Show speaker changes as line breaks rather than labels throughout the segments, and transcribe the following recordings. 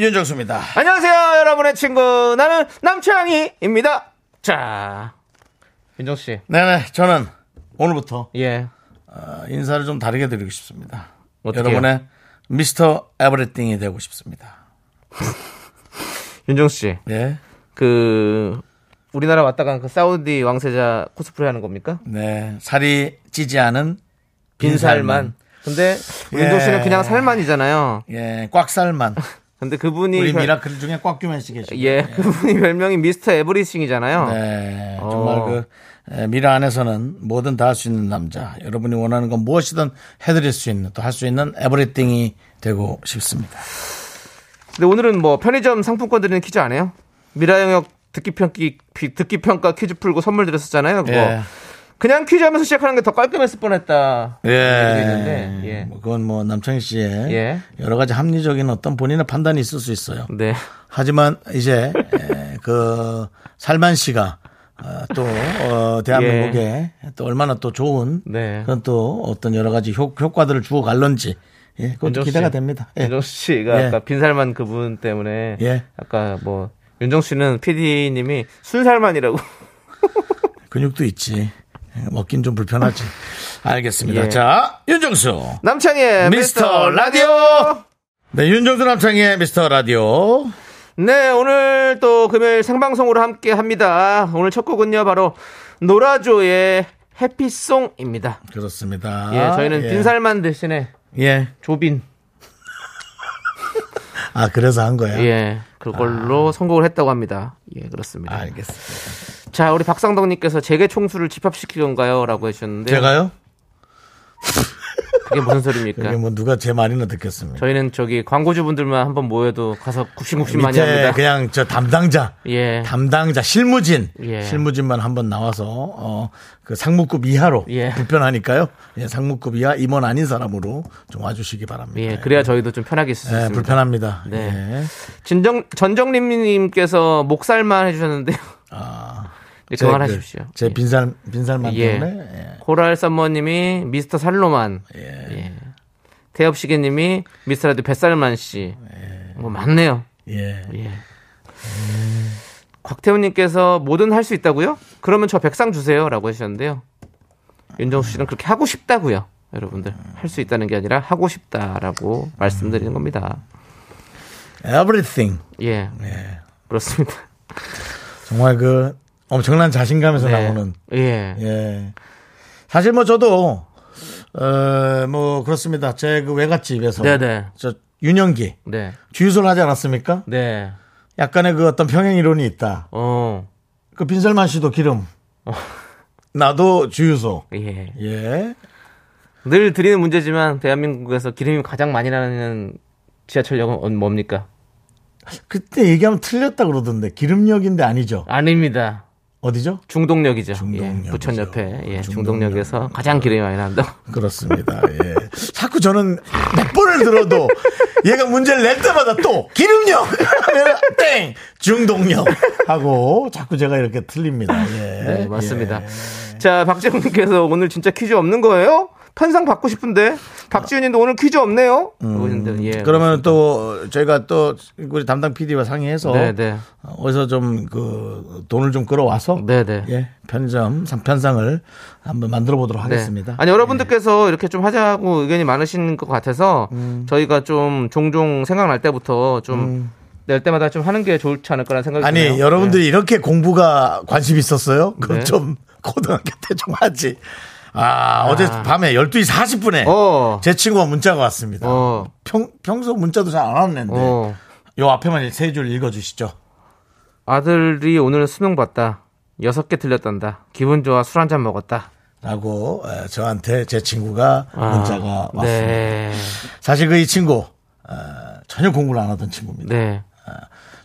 윤정수입니다.
안녕하세요, 여러분의 친구. 나는 남창희입니다. 자, 윤정씨.
네네. 저는 오늘부터
예.
어, 인사를 좀 다르게 드리고 싶습니다.
어떻게요?
여러분의 미스터 에브리띵이 되고 싶습니다.
윤정씨.
네.
그, 우리나라 왔다 간 그 사우디 왕세자 코스프레 하는 겁니까?
네. 살이 찌지 않은
빈살만. 근데,
예.
윤정씨는 그냥 살만이잖아요.
예, 꽉살만.
근데 그분이.
우리
별-
미라클 중에 꽉규만 씨 계시고.
예, 그분이 별명이 미스터 에브리싱이잖아요.
네, 정말
예. 어.
그 에, 미라 안에서는 뭐든 다 할 수 있는 남자. 여러분이 원하는 건 무엇이든 해드릴 수 있는 또 할 수 있는 에브리띵이 되고 싶습니다.
근데 오늘은 뭐 편의점 상품권 드리는 퀴즈 안 해요? 미라 영역 듣기 평기 피- 듣기 평가 퀴즈 풀고 선물 드렸었잖아요. 그거.
예.
그냥 퀴즈 하면서 시작하는 게 더 깔끔했을 뻔했다. 얘기도
예.
있는데, 예.
뭐 그건 뭐 남창희 씨의
예.
여러 가지 합리적인 어떤 본인의 판단이 있을 수 있어요.
네.
하지만 이제 에, 그 살만 씨가 어, 또 어, 대한민국에 또 얼마나 또 좋은
예. 네.
그런 또 어떤 여러 가지 효, 효과들을 주고 갈런지 예, 그것도
윤정수
기대가
씨.
됩니다. 예.
윤정수 씨가
예.
아까 빈살만 그분 때문에
예.
아까 뭐 윤정수 씨는 PD님이 순살만이라고.
근육도 있지. 예, 먹긴 좀 불편하지. 알겠습니다.
예. 네,
자, 윤정수.
남창희의
미스터 라디오. 네, 윤정수 남창의 미스터 라디오.
네, 오늘 또 금요일 생방송으로 함께 합니다. 오늘 첫 곡은요, 바로 노라조의 해피송입니다.
그렇습니다.
예, 저희는
예.
빈살만 대신에
예.
조빈.
아, 그래서 한 거야.
예, 그걸로 선곡을 했다고 합니다. 예, 그렇습니다.
아. 알겠습니다.
자, 우리 박상덕님께서 제게 총수를 집합시키건가요? 라고 해주셨는데.
제가요?
그게 무슨 소리입니까?
여기 뭐 누가 제 말이나 듣겠습니까?
저희는 저기 광고주분들만 한번 모여도 가서 굽신굽신 많이
밑에
합니다.
그냥 저 담당자.
예.
담당자 실무진
예.
실무진만 한번 나와서 어, 그 상무급 이하로
예.
불편하니까요 예, 상무급 이하 임원 아닌 사람으로 좀 와주시기 바랍니다
예, 그래야 저희도 좀 편하게 있을 수
예,
있습니다.
네. 불편합니다
네.
예.
진정, 전정림님께서 목살만 해주셨는데요.
아,
이제
제
네, 그만하십시오.
그, 제
예.
빈살 빈살만
예.
때문에
코랄 썸머님이 미스터 살로만. 예. 태엽시계님이 미스터라드 뱃살만 씨. 뭐 많네요.
예, 예.
예. 곽태훈님께서 뭐든 할 수 있다고요? 그러면 저 백상 주세요라고 하셨는데요. 윤정수 씨는 그렇게 하고 싶다고요, 여러분들. 할 수 있다는 게 아니라 하고 싶다라고 말씀드리는 겁니다.
everything
예,
예.
그렇습니다.
정말 그 엄청난 자신감에서
네.
나오는
예,
예. 사실 뭐 저도 어, 뭐 그렇습니다. 제 그 외갓집에서
네네.
저 윤영기
네,
주유소를 하지 않았습니까?
네,
약간의 그 어떤 평행 이론이 있다.
어,
그 빈살만 씨도 기름. 나도 주유소.
예.
예.
늘 드리는 문제지만 대한민국에서 기름이 가장 많이 나는 지하철역은 어- 뭡니까?
그때 얘기하면 틀렸다 그러던데 기름역인데 아니죠.
아닙니다.
어디죠?
중동역이죠.
중동역이죠.
예, 부천 옆에 예,
중동역.
중동역에서 가장 기름이 많이 난다고.
그렇습니다. 예. 자꾸 저는 몇 번을 들어도 얘가 문제를 낼 때마다 또 기름역 하면 땡 중동역 하고 자꾸 제가 이렇게 틀립니다. 예.
네, 맞습니다. 자, 박재훈님께서 오늘 진짜 퀴즈 없는 거예요? 편상 받고 싶은데 박지훈님도 오늘 퀴즈 없네요. 그러는데, 예,
음, 그러면 또 저희가 또 우리 담당 PD와 상의해서
네, 네.
어디서 좀 그 돈을 좀 끌어와서
네, 네.
예, 편점 상편상을 한번 만들어 보도록
네.
하겠습니다. 예.
아니 여러분들께서 이렇게 좀 하자고 의견이 많으신 것 같아서
음.
저희가 좀 종종 생각날 때부터 좀 낼 때마다 좀 하는 게 좋지 않을까라는 생각이
아니
드네요. 예.
여러분들이 이렇게 공부가 관심 있었어요? 그건
네.
좀 고등학교 때 좀 하지. 아, 어제 밤에 12시 40분에
예. 어,
제 친구가 문자가 왔습니다.
어,
평, 평소 문자도 잘 안 왔는데
어.
요 앞에만 세 줄 읽어주시죠.
아들이 오늘 수능 봤다. 여섯 개 틀렸단다. 기분 좋아 술 한 잔 먹었다.
라고 에, 저한테 제 친구가
아,
문자가 왔습니다.
네.
사실 그 이 친구 어, 전혀 공부를 안 하던 친구입니다.
네.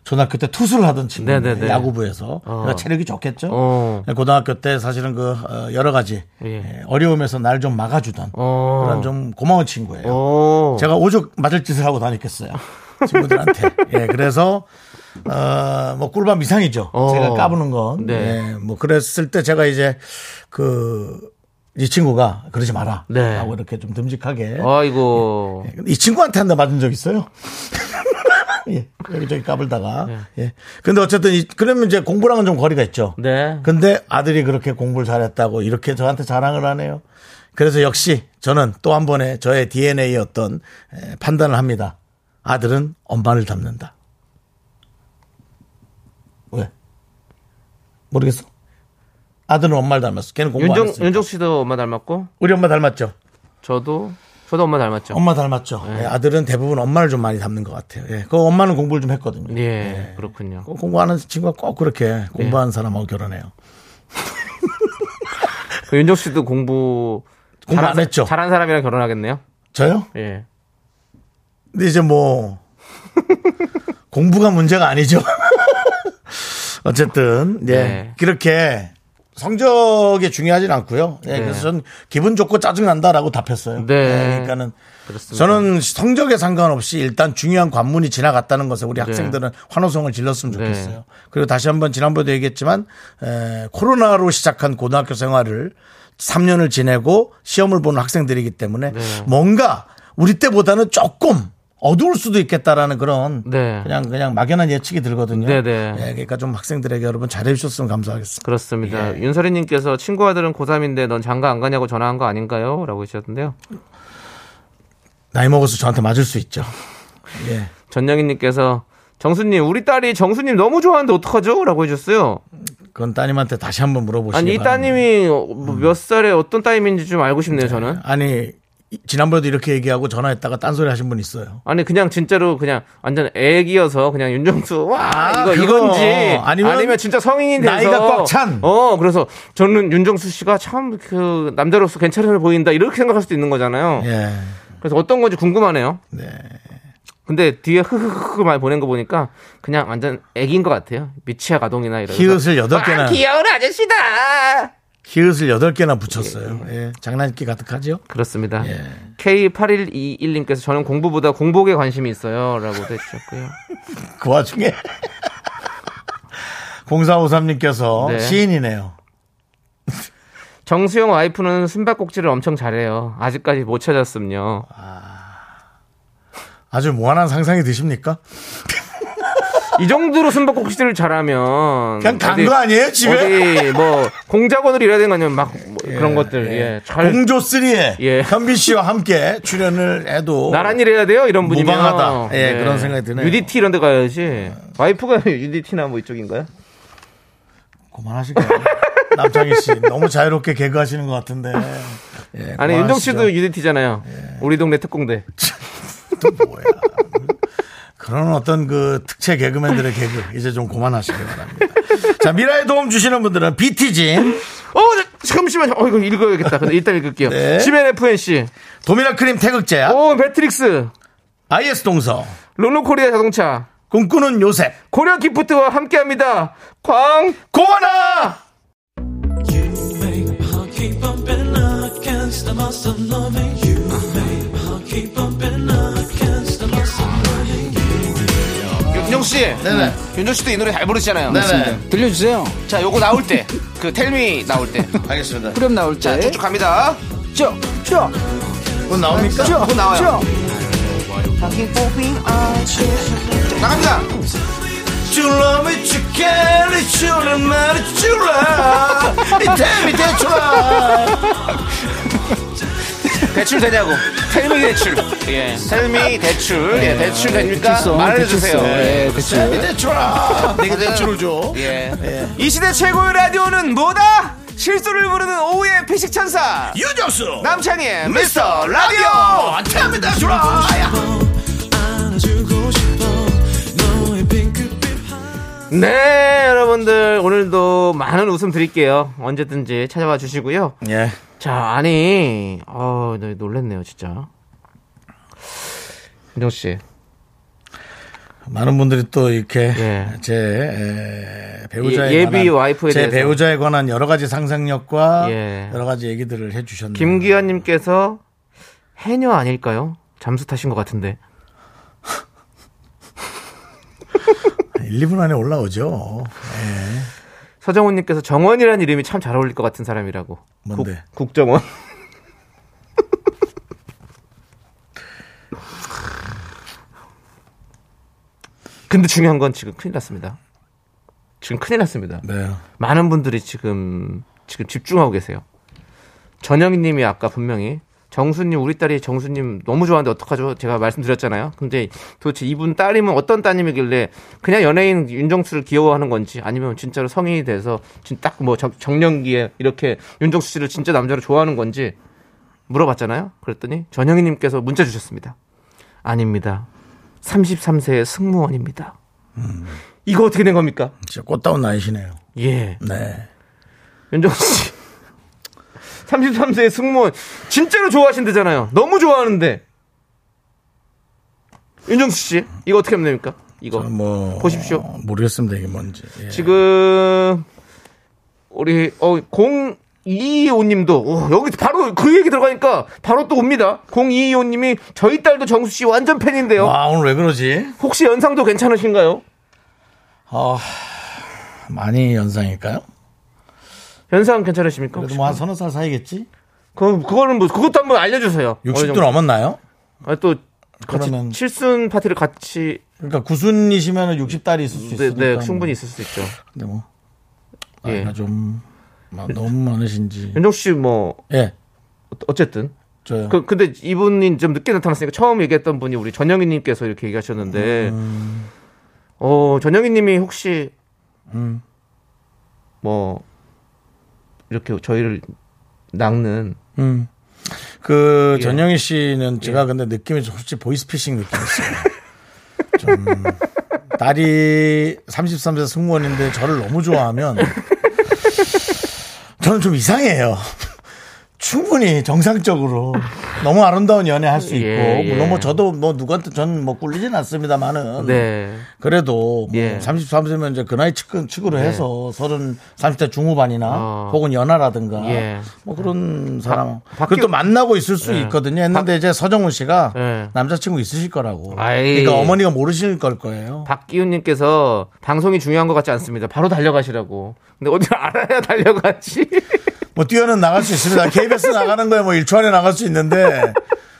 초등학교 때 투수를 하던 친구
네네네.
야구부에서 그러니까 체력이 좋겠죠.
어.
고등학교 때 사실은 그 어, 여러 가지
예.
예, 어려움에서 날 좀 막아주던
어.
그런 좀 고마운 친구예요.
오.
제가 오죽 맞을 짓을 하고 다녔겠어요. 친구들한테. 예, 그래서, 어, 뭐, 꿀밤 이상이죠.
어.
제가 까부는 건.
네.
예, 뭐, 그랬을 때 제가 이제, 그, 이 친구가 그러지 마라.
네. 어.
하고 이렇게 좀 듬직하게.
아이고.
근데 이 친구한테 한 대 맞은 적 있어요? 예, 여기저기 까불다가.
네.
예. 근데 어쨌든, 이- 그러면 이제 공부랑은 좀 거리가 있죠.
네.
근데 아들이 그렇게 공부를 잘했다고 이렇게 저한테 자랑을 하네요. 그래서 역시 저는 또 한 번의 저의 DNA의 어떤 에, 판단을 합니다. 아들은 엄마를 닮는다. 왜? 모르겠어. 아들은 엄마를 닮았어. 걔는 공부 안
윤정 네.
했어.
윤정 씨도 엄마 닮았고
우리 엄마 닮았죠?
저도 저도 엄마 닮았죠.
엄마 닮았죠.
네.
예, 아들은 대부분 엄마를 좀 많이 닮는 것 같아요. 예, 그 엄마는 공부를 좀 했거든요.
예, 그렇군요.
그 공부하는 친구가 꼭 그렇게 공부하는 사람하고 결혼해요.
그 윤정 씨도 공부
공부
잘한
안
사-
했죠?
잘한 사람이랑 결혼하겠네요.
저요?
예.
근데 이제 뭐 공부가 문제가 아니죠. 어쨌든 예
네.
그렇게 성적이 중요하진 않고요. 예, 그래서 전 기분 좋고 짜증 난다라고 답했어요.
네.
예, 그러니까는
그렇습니다.
저는 성적에 상관없이 일단 중요한 관문이 지나갔다는 것에
네.
우리 학생들은 환호성을 질렀으면 좋겠어요. 그리고 다시 한번 지난번에도 얘기했지만 에, 코로나로 시작한 고등학교 생활을 3년을 지내고 시험을 보는 학생들이기 때문에
네.
뭔가 우리 때보다는 조금 어두울 수도 있겠다라는 그런
네.
그냥 그냥 막연한 예측이 들거든요.
네, 네.
예, 그러니까 좀 학생들에게 여러분 잘해 주셨으면 감사하겠습니다. 예.
그렇습니다. 윤서리님께서 친구 아들은 고3인데 넌 장가 안 가냐고 전화한 거 아닌가요? 라고 하셨는데요.
나이 먹어서 저한테 맞을 수 있죠. 예.
전영희님께서 정수님, 우리 딸이 정수님 너무 좋아하는데 어떡하죠? 라고 해주셨어요.
그건 따님한테 다시 한번 물어보시기
아니, 이
바랍니다.
따님이 어, 뭐몇
음.
살에 어떤 따님인지 좀 알고 싶네요, 저는.
아니 이- 지난번에도 이렇게 얘기하고 전화했다가 딴소리 하신 분 있어요.
아니, 그냥 진짜로 그냥 완전 애기여서 그냥 윤정수, 와,
아,
이거,
그거.
이건지.
아니면
아니면, 진짜 성인이 돼서.
나이가 꽉 찬.
어, 그래서 저는 윤정수 씨가 참 그 남자로서 괜찮아 보인다. 이렇게 생각할 수도 있는 거잖아요.
예.
그래서 어떤 건지 궁금하네요.
네.
근데 뒤에 흐흐흐흐 많이 보낸 거 보니까 그냥 완전 애기인 것 같아요. 미취학 아동이나 이런.
히읗을 여덟 개나
귀여운 아저씨다.
히읗을 여덟 개나 붙였어요. 예. 장난기 가득하죠.
그렇습니다.
예.
K8121님께서 저는 공부보다 공복에 관심이 있어요라고 해주셨고요.
그 와중에 0453님께서
네.
시인이네요.
정수영 와이프는 숨바꼭질을 엄청 잘해요. 아직까지 못 찾았음요.
아주 무한한 상상이 드십니까?
이 정도로 숨바꼭질을 잘하면
그냥 간
어디-
거 아니에요 집에?
어디 뭐 공작원으로 일해야 되는 거 아니면 막뭐 그런 것들 예. 잘
공조 3에
예.
현빈 씨와 함께 출연을 해도
나란 일 해야 돼요 이런 분이면
무방하다. 예, 그런 생각이 드네요.
UDT 이런 데 가야지 와이프가 UDT나 뭐 이쪽인가요?
그만하시고요. 남창희 씨 너무 자유롭게 개그하시는 것 같은데. 예,
아니 윤정
그만하시죠.
씨도 UDT잖아요
예.
우리 동네 특공대
또 뭐야. 그런 어떤 그 특채 개그맨들의 개그 이제 좀 그만하시길 바랍니다. 자 미라에 도움 주시는 분들은 BT진,
어 나- 잠시만요 어 이거 읽어야겠다 근데 일단 읽을게요
네.
지멘 FNC
도미나 크림 태극제약,
오 배트릭스
IS 동서,
롤로코리아 자동차
꿈꾸는 요셉,
고려 기프트와 함께합니다 광
고원아.
윤정 씨
네네.
윤정 씨도 이 노래 잘 부르시잖아요
네네.
들려주세요.
자 요거 나올 때그 텔미 나올 때
알겠습니다.
그럼 나올 때.
쭉쭉 갑니다
쭉, 쭉,
곧 나옵니까?
쭉,
나와요.
쭉.
나갑니다
You love me, you care, you love me, you love. It tell me that you love.
대출 되냐고. 텔미 대출. 예. 텔미 대출. 예. 대출 됩니까?
대출성,
말해주세요. 네, 예.
대출성. 예,
Tell
대출.
me that you love. 내가 대출을 줘.
예. 이 시대 최고의 라디오는 뭐다? 실수를 부르는 오후의 피식천사.
유정수.
남창희의 미스터
라디오. Tell me that you love.
네, 여러분들. 오늘도 많은 웃음 드릴게요. 언제든지 찾아와 주시고요.
예.
자, 아니. 어, 네, 놀랬네요, 진짜. 윤정씨.
많은 분들이 또 이렇게
예.
제 에, 배우자에
예- 예비
관한
와이프에
제
대해서.
배우자에 관한 여러 가지 상상력과
예.
여러 가지 얘기들을 해주셨네요.
김기현님께서 해녀 아닐까요? 잠수 타신 것 같은데.
1, 2분 안에 올라오죠.
서정훈님께서 정원이라는 이름이 참 잘 어울릴 것 같은 사람이라고.
뭔데?
국, 정원 근데 중요한 건 지금 큰일 났습니다. 지금 큰일 났습니다.
네.
많은 분들이 지금 지금 집중하고 계세요. 전영희님이 아까 분명히 정수님 우리 딸이 정수님 너무 좋아하는데 어떡하죠? 제가 말씀드렸잖아요. 근데 도대체 이분 딸이면 어떤 따님이길래 그냥 연예인 윤정수를 귀여워하는 건지 아니면 진짜로 성인이 돼서 딱 뭐 정년기에 이렇게 윤정수 씨를 진짜 남자로 좋아하는 건지 물어봤잖아요. 그랬더니 전영희님께서 문자 주셨습니다. 아닙니다. 33세의 승무원입니다. 이거 어떻게 된 겁니까?
진짜 꽃다운 나이시네요.
예.
네.
윤정수 씨. 33세의 승무원. 진짜로 좋아하신다잖아요. 너무 좋아하는데. 윤정수 씨, 이거 어떻게 하면 됩니까? 이거.
뭐
보십시오.
모르겠습니다 이게 뭔지. 예.
지금, 우리, 어, 025님도, 여기 바로 그 얘기 들어가니까 바로 또 옵니다. 025님이 저희 딸도 정수 씨 완전 팬인데요.
아 오늘 왜 그러지?
혹시 연상도 괜찮으신가요?
아 많이 연상일까요?
연상 괜찮으십니까?
그래도
혹시?
뭐 한 서너 살 사이겠지?
그, 그거는 뭐, 그것도 한번 알려주세요. 어느
60도
정도.
넘었나요?
아, 또, 같이,
그러면-
칠순 파티를 같이
그러니까 구순이시면 60달이 있을 수
네,
있으니까. 뭐.
네, 충분히 있을 수 있죠.
근데 뭐
예.
나이가 좀 마- 너무 많으신지.
윤정 씨뭐
예.
어쨌든
저요.
그 근데 이분이 좀 늦게 나타났으니까 처음 얘기했던 분이 우리 전영희 님께서 이렇게 얘기하셨는데
음.
어, 전영희 님이 혹시
음.
뭐 이렇게 저희를 낚는
음. 그
예.
전영희 씨는 제가 근데 느낌이 좀 솔직히 보이스피싱 느낌이었어요. 좀 딸이 33세 승무원인데 저를 너무 좋아하면 저는 좀 이상해요. 충분히 정상적으로 너무 아름다운 연애 할 수 있고
예, 예.
물론 뭐 저도 뭐 누구한테 저는 뭐 꿀리진 않습니다만은
네.
그래도 뭐
예.
33세면 이제 그 나이 측근 측으로 해서 30, 30대 중후반이나
어.
혹은 연하라든가
예.
뭐 그런 사람
바-
그걸 또
바뀌-
만나고 있을 수
예.
있거든요. 했는데 이제 서정훈 씨가
예.
남자친구 있으실 거라고.
아이.
그러니까 어머니가 모르실 걸 거예요.
박기훈 님께서 방송이 중요한 것 같지 않습니다. 바로 달려가시라고. 근데 어디를 알아야 달려가지.
뭐 뛰어는 나갈 수 있습니다. KBS 나가는 거에 뭐 1초 안에 나갈 수 있는데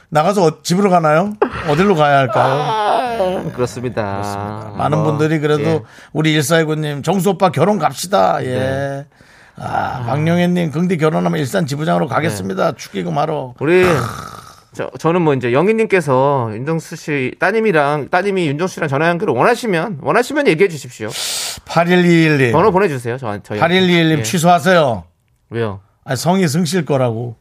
나가서 어- 집으로 가나요? 어디로 가야 할까요?
그렇습니다.
많은
뭐,
분들이 그래도
예.
우리 1429님 정수 오빠 결혼 갑시다. 예.
네.
아, 박영애님 긍디 결혼하면 일산 지부장으로 가겠습니다.
네.
축의금 하러.
우리 저, 저는 뭐 이제 영희님께서 윤정수 씨 따님이랑 따님이 윤정수 씨랑 전화 연결을 원하시면 원하시면 얘기해 주십시오.
8121님.
번호 보내주세요. 저 저희
8121님
예.
취소하세요.
왜요?
아, 성이 승실 거라고.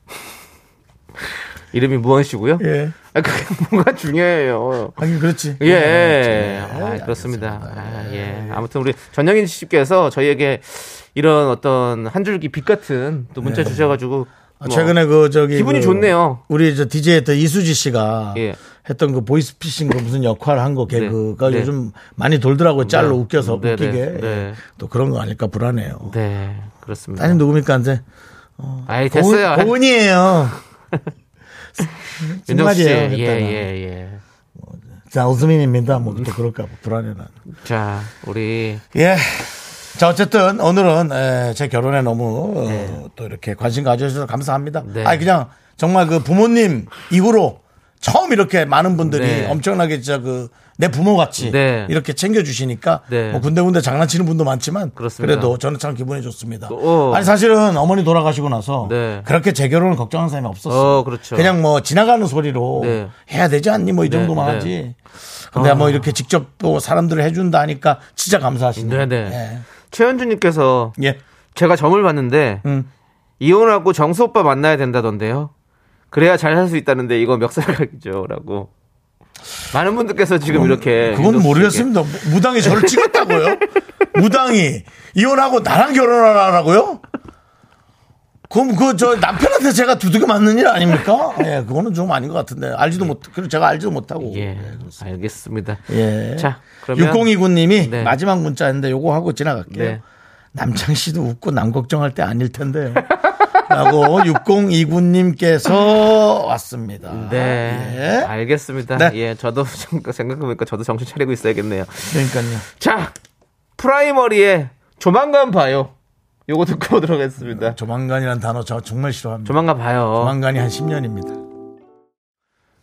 이름이 무언씨고요.
예.
아, 그게 뭔가 중요해요.
하긴 그렇지.
예, 아, 그렇습니다. 아, 예. 아무튼 우리 전영인 씨께서 저희에게 이런 어떤 한 줄기 빛 같은 또 문자 주셔가지고
아,
뭐
최근에 그 저기
기분이
그
좋네요.
우리 저 DJ 했던 이수지 씨가
예.
했던 그 보이스피싱 그 무슨 역할 한 거 개그가
네.
요즘 많이 돌더라고요. 짤로
네.
웃겨서
네,
웃기게 예.
네, 네.
또 그런 거 아닐까 불안해요.
네 그렇습니다.
따님 누굽니까 한데
아이 예, 됐어요.
고은, 고은이에요.
윤정수 씨,
정말이에요.
예예 예, 예.
자 오수민입니다. 뭐 또 그럴까 봐 불안해 난.
자 우리
예. 자 어쨌든 오늘은 에, 제 결혼에 너무 어, 또 이렇게 관심 가져주셔서 감사합니다.
네.
아니 그냥 정말 그 부모님 이후로 처음 이렇게 많은 분들이
네.
엄청나게 진짜 그 내 부모 같이
네.
이렇게 챙겨주시니까
네.
뭐 군데군데 장난치는 분도 많지만
그렇습니다.
래도 저는 참 기분이 좋습니다.
어.
아니 사실은 어머니 돌아가시고 나서
네.
그렇게 제 결혼을 걱정하는 사람이 없었어요.
어, 그렇죠.
그냥 뭐 지나가는 소리로
네.
해야 되지 않니 뭐 이
네, 아.
정도만
네.
하지. 근데 뭐 이렇게 직접 또 사람들을 해준다 하니까 진짜 감사하시네요.
네네. 최현주님께서
예. 예.
제가 점을 봤는데
음.
이혼하고 정수 오빠 만나야 된다던데요. 그래야 잘 살 수 있다는데 이거 멱살각이죠라고. 많은 분들께서 지금 네, 이렇게
그건
윤정수
모르겠습니다. 무- 무당이 저를 찍었다고요? 무당이 이혼하고 나랑 결혼하라고요? 그럼 그 저 남편한테 제가 두둑이 맞는 일 아닙니까? 예, 그거는 좀 아닌 것 같은데 알지도 못, 그리고 제가 알지도 못하고.
네. 예,
예.
알겠습니다.
예.
자, 그러면
6029님이
네.
마지막 문자인데 요거 하고 지나갈게요.
네.
남창 씨도 웃고 남 걱정할 때 아닐 텐데요. 라고 6029님께서 왔습니다.
네,
예.
알겠습니다.
네.
예, 저도 잠깐 생각해보니까 저도 정신 차리고 있어야겠네요.
그러니까요.
자, 프라이머리의 조만간 봐요. 요거 듣고 오도록 하겠습니다.
조만간이란 단어 저 정말 싫어합니다.
조만간 봐요.
조만간이 한 10년입니다.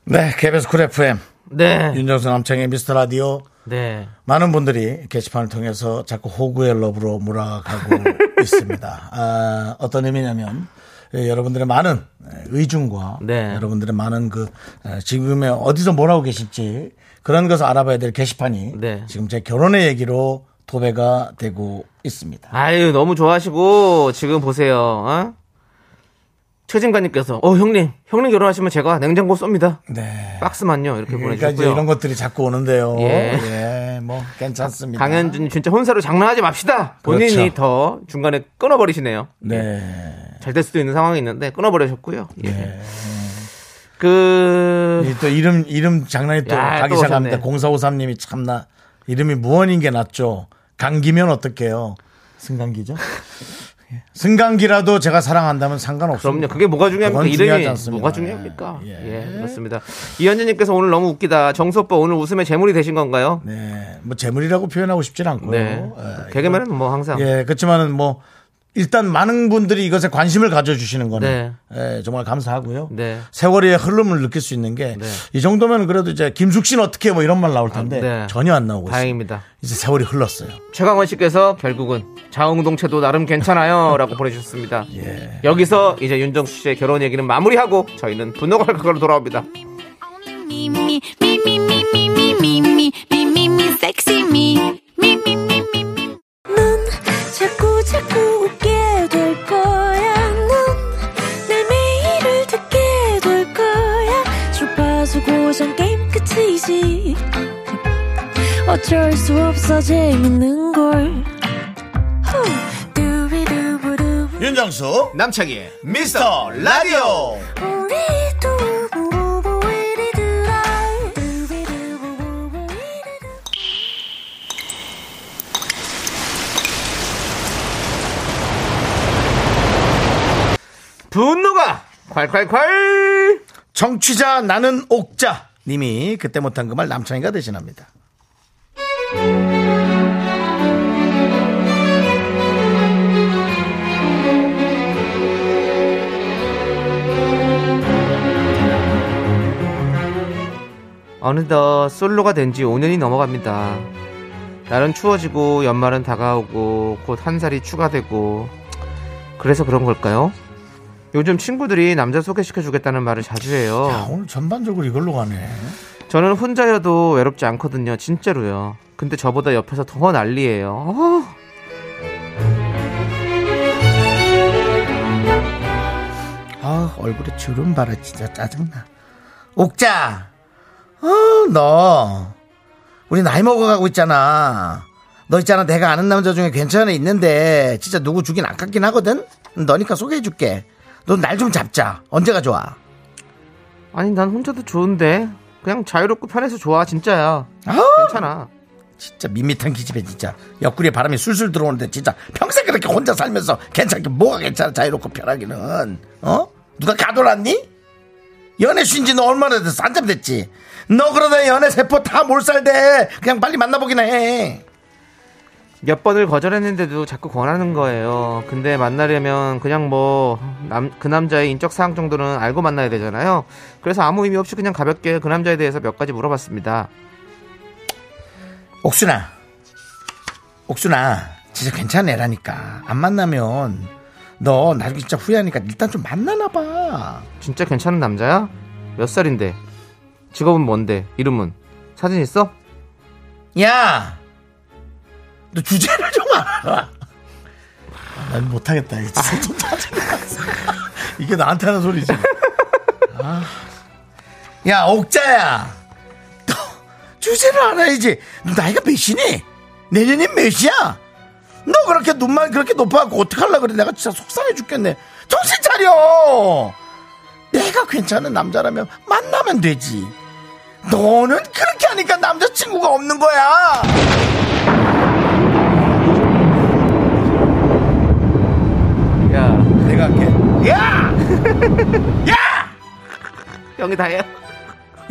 네, KBS 쿨 FM
네,
윤정수 남창의 미스터 라디오
네.
많은 분들이 게시판을 통해서 자꾸 호구의 러브로 몰아가고 있습니다. 아, 어떤 의미냐면 예, 여러분들의 많은 예, 의중과
네.
여러분들의 많은 그 에, 지금의 어디서 뭐라고 계실지 그런 것을 알아봐야 될 게시판이
네.
지금 제 결혼의 얘기로 도배가 되고 있습니다.
아유, 너무 좋아하시고, 지금 보세요, 어? 최진관님께서, 어, 형님, 형님 결혼하시면 제가 냉장고 쏩니다.
네.
박스만요. 이렇게
그러니까 이제 이런
보내주셨고요.
것들이 자꾸 오는데요.
예.
예, 뭐 괜찮습니다.
강현준 진짜 혼사로 장난하지 맙시다. 본인이
그렇죠.
더 중간에 끊어버리시네요. 예,
네.
잘 될 수도 있는 상황이 있는데 끊어버리셨고요. 예. 그
이또 이름 이름 장난이 또
야,
가기
또
시작합니다.
오셨네.
0453님이 참나 이름이 무언인 게 낫죠. 강기면 어떡해요? 승강기죠? 예. 승강기라도 제가 사랑한다면 상관없습니다.
그럼요. 그게 뭐가 중요합니까?
그건 중요하지
이름이
않습니다.
뭐가 중요합니까?
예.
예, 그렇습니다. 이현진님께서 오늘 너무 웃기다. 정수 오빠 오늘 웃음의 재물이 되신 건가요?
네, 뭐 재물이라고 표현하고 싶진 않고요.
네.
예.
개그맨은 뭐 항상
예, 그렇지만은 뭐 일단 많은 분들이 이것에 관심을 가져주시는 거는 예, 정말 감사하고요.
네.
세월의 흐름을 느낄 수 있는 게 이
네.
정도면 그래도 이제 김숙 씨는 어떻게 뭐 이런 말 나올 텐데
아, 네.
전혀 안 나오고 있습니다.
다행입니다.
이제 세월이 흘렀어요.
최강원 씨께서 결국은 자웅동체도 나름 괜찮아요라고 보내주셨습니다. 여기서 이제 윤정수 씨의 결혼 얘기는 마무리하고 저희는 분노가 그걸로 돌아옵니다.
Only me, me, me, me, me, me, me, me, me, me, me, sexy me. Me, me, me, me, me. 넌 자꾸, 자꾸 웃게 될 거야. 넌내 매일을 듣게 될 거야. 주파수 고정 게임 끝이지. 어쩔 수 없어 재밌는 걸. 후. 두비두부두.
윤정수 남창희의 미스터 라디오
우리 두부부부 우리 두라. 두비두부부부 우리 두라.
분노가 콸콸콸!
정취자 나는 옥자 님이 그때 못한 그 말 남창희가 대신합니다
어느덧 솔로가 된 지 5년이 넘어갑니다. 날은 추워지고 연말은 다가오고 곧 한 살이 추가되고 그래서 그런 걸까요? 요즘 친구들이 남자 소개시켜 주겠다는 말을 자주
아,
해요.
오늘 전반적으로 이걸로 가네
저는 혼자여도 외롭지 않거든요. 진짜로요. 근데 저보다 옆에서 더 난리예요. 어.
아 얼굴에 주름 바라 진짜 짜증나 옥자 아, 어너 우리 나이 먹어가고 있잖아 너 있잖아 내가 아는 남자 중에 괜찮은 애 있는데 진짜 누구 주긴 아깝긴 하거든 너니까 소개해줄게 넌 날 좀 잡자 언제가 좋아
아니 난 혼자도 좋은데 그냥 자유롭고 편해서 좋아 진짜야.
아우
괜찮아.
진짜 밋밋한 기집애 진짜 옆구리에 바람이 술술 들어오는데 진짜 평생 그렇게 혼자 살면서 괜찮게 뭐가 괜찮아 자유롭고 편하기는 어 누가 가둬놨니 연애 쉰지 너 얼마나 됐어 한참 됐지 너 그러다 연애 세포 다 몰살돼 그냥 빨리 만나보기나 해
몇 번을 거절했는데도 자꾸 권하는 거예요. 근데 만나려면 그냥 뭐, 남, 그 남자의 인적 사항 정도는 알고 만나야 되잖아요. 그래서 아무 의미 없이 그냥 가볍게 그 남자에 대해서 몇 가지 물어봤습니다.
옥순아 옥순아 진짜 괜찮은 애라니까 안 만나면 너 나중에 진짜 후회하니까 일단 좀 만나나 봐
진짜 괜찮은 남자야? 몇 살인데? 직업은 뭔데? 이름은? 사진 있어?
야, 너 주제를 좀 알아라. 아, 난 못하겠다. 이게 진짜 좀 짜증나. 이게 나한테 하는 소리지. 아. 야, 옥자야. 너 주제를 알아야지. 너 나이가 몇이니? 내년이 몇이야? 너 그렇게 눈만 그렇게 높아갖고 어떡하려고 그래. 내가 진짜 속상해 죽겠네. 정신 차려! 내가 괜찮은 남자라면 만나면 되지. 너는 그렇게 하니까 남자친구가 없는 거야!
야,
내가 할게. 야! 야!
형이 다 해.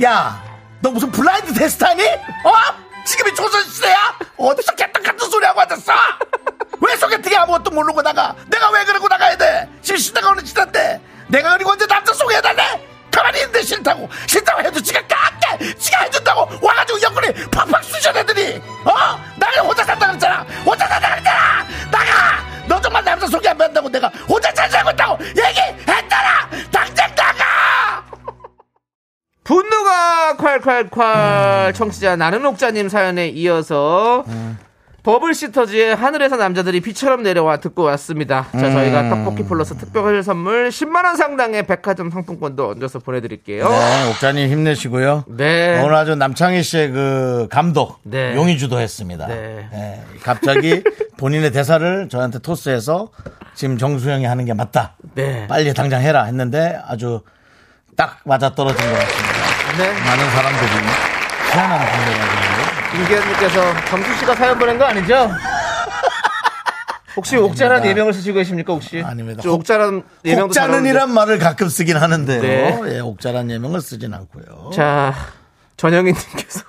야! 너 무슨 블라인드 테스트 하니? 어? 지금이 조선시대야? 어디서 개떡 같은 소리하고 앉았어? 왜 소개팅에 아무것도 모르고 나가? 내가 왜 그러고 나가야 돼? 지금 시대가 어느 시대인데? 내가 그리고 언제 남자 소개해달래? 가만히 있는데 싫다고 싫다고 해도 지가 깎게 지가 해준다고 와가지고 옆구리 팍팍 쑤셔 애들이 어? 나 그냥 혼자 산다 그랬잖아 혼자 산다 그랬잖아 나가 너 정말 남자 소개 안 한다고 내가 혼자 잘 살고 있다고 얘기했잖아 당장 나가
분노가 콸콸콸 청취자 나른옥자님 사연에 이어서 버블시터즈의 하늘에서 남자들이 비처럼 내려와 듣고 왔습니다. 자, 저희가 떡볶이 플러스 특별 선물 10만원 상당의 백화점 상품권도 얹어서 보내드릴게요.
네, 옥자님 힘내시고요.
네.
오늘 아주 남창희 씨의 그 감독
네.
용이 주도했습니다.
네.
네, 갑자기 본인의 대사를 저한테 토스해서 지금 정수영이 하는 게 맞다.
네.
빨리 당장 해라 했는데 아주 딱 맞아 떨어진 것 같습니다.
네.
많은 사람들이 희한한 감독이라고
김기현님께서 정수씨가 사연 보낸 거 아니죠? 혹시 옥자란 예명을 쓰시고 계십니까, 혹시?
아닙니다.
저 옥자란 예명도 잘 어울리는데.
옥자는이란 말을 가끔 쓰긴 하는데요.
네.
예, 옥자란 예명을 쓰진 않고요.
자, 전영희님께서.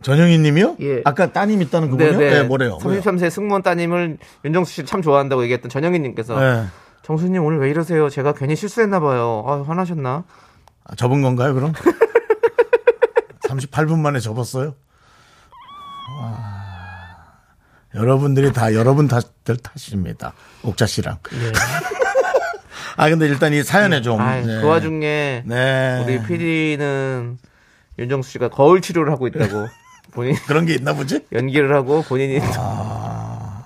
전영희 님이요?
예.
아까 따님 있다는 그분요? 네, 뭐래요? 뭐래요?
33세 승무원 따님을 윤정수 씨 참 좋아한다고 얘기했던 전영희님께서
네.
정수님 오늘 왜 이러세요? 제가 괜히 실수했나봐요. 아, 화나셨나?
아, 접은 건가요, 그럼? 38분 만에 접었어요? 와, 여러분들이 다 여러분 탓들 탓입니다. 옥자 씨랑. 아, 근데 일단 이 사연에 좀.
예. 아,
네.
그 와중에
네.
우리 PD는 윤정수 씨가 거울 치료를 하고 있다고 본인
그런 게 있나 보지?
연기를 하고 본인이
아.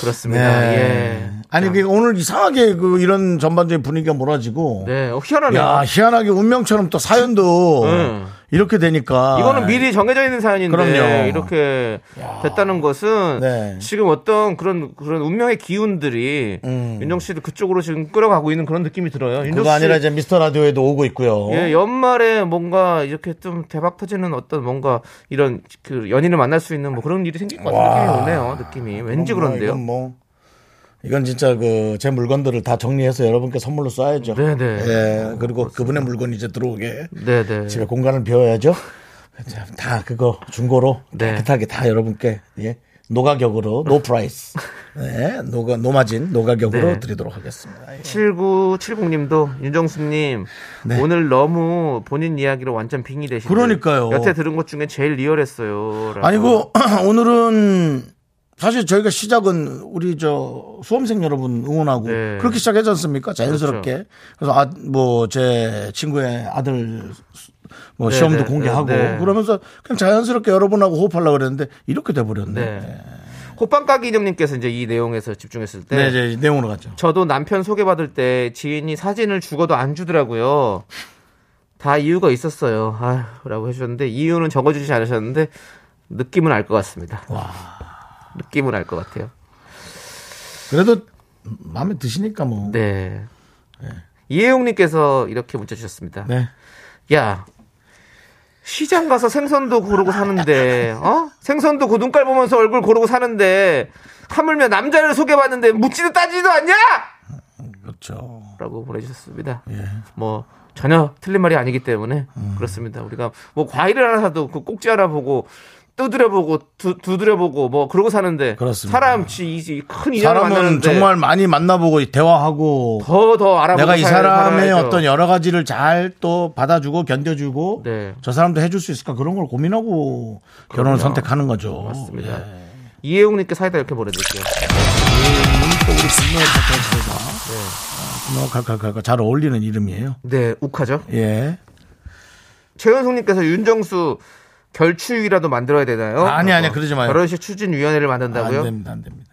그렇습니다. 아, 예.
네. 아니, 그 오늘 이상하게 그 이런 전반적인 분위기가 몰아지고.
네, 어, 희한하네요.
야, 희한하게 운명처럼 또 사연도
음.
이렇게 되니까.
이거는 미리 정해져 있는 사연인데
아, 예. 그럼요.
이렇게 됐다는 것은
네.
지금 어떤 그런 그런 운명의 기운들이 윤정 씨를 그쪽으로 지금 끌어가고 있는 그런 느낌이 들어요. 윤정
음. 그거
씨
아니라 이제 뭐? 미스터 라디오에도 오고 있고요.
예, 연말에 뭔가 이렇게 좀 대박 터지는 어떤 뭔가 이런 그 연인을 만날 수 있는 뭐 그런 일이 생길 것 같은 느낌이 오네요. 느낌이 왠지
그럼 뭐
그런데요.
이건 뭐 이건 진짜 그 제 물건들을 다 정리해서 여러분께 선물로 쏴야죠.
네네.
예, 그리고 그분의 물건 이제 들어오게
네네.
집에 공간을 비워야죠. 자, 다 그거 중고로
네.
깨끗하게 다 여러분께 예, 노가격으로 노 프라이스, 네, 노가 노마진 노가격으로
네.
드리도록 하겠습니다. 예.
7970님도 윤정수님 오늘 너무 본인 이야기로 완전 빙의
네.
되시네
그러니까요.
여태 들은 것 중에 제일 리얼했어요. 라고.
아니고 그 뭐, 오늘은 사실 저희가 시작은 우리 저 수험생 여러분 응원하고
네. 그렇죠.
그렇게 시작하지 않습니까? 자연스럽게. 그래서 아 뭐 제 친구의 아들 수- 뭐
네,
시험도
네,
공개하고
네, 네.
그러면서 그냥 자연스럽게 여러분하고 호흡하려고 그랬는데 이렇게 돼 버렸네.
네.
네.
호빵가게 이념님께서 이제 이 내용에서 집중했을 때
네, 이제 이 내용으로 가죠.
저도 남편 소개받을 때 지인이 사진을 죽어도 안 주더라고요. 다 이유가 있었어요. 아라고 해주셨는데 이유는 적어주지 않으셨는데 느낌은 알 것 같습니다. 느낌은 알 것 같아요.
그래도 마음에 드시니까 뭐. 네.
네. 이혜용님께서 이렇게 문자 주셨습니다.
네.
야 시장 가서 생선도 고르고 사는데 어 생선도 그 눈깔 보면서 얼굴 고르고 사는데 하물며 남자를 소개받는데 묻지도 따지지도 않냐?
그렇죠.
라고 보내주셨습니다.
예.
뭐 전혀 틀린 말이 아니기 때문에
음.
그렇습니다. 우리가 뭐 과일을 하나 사도 그 꼭지 하나 보고 두드려보고 두, 두드려보고 뭐 그러고 사는데
그렇습니다.
사람 지큰 인연을
사람은
만나는데
정말 많이 만나보고 대화하고
더더 알아보고
내가 이
살-
사람의
살아야죠.
어떤 여러 가지를 잘 또 받아주고 견뎌주고
네.
저 사람도 해줄 수 있을까 그런 걸 고민하고 결혼을
그럼요.
선택하는 거죠.
맞습니다.
예.
이혜웅님께 사이다 이렇게 보내드릴게요.
뭐 칼칼칼 잘 어울리는 이름이에요.
네 욱하죠.
예.
최은숙님께서 윤정수 결추위라도 만들어야 되나요?
아니, 아니,
어,
그러지 마요.
결혼식 추진위원회를 만든다고요?
안 됩니다, 안 됩니다.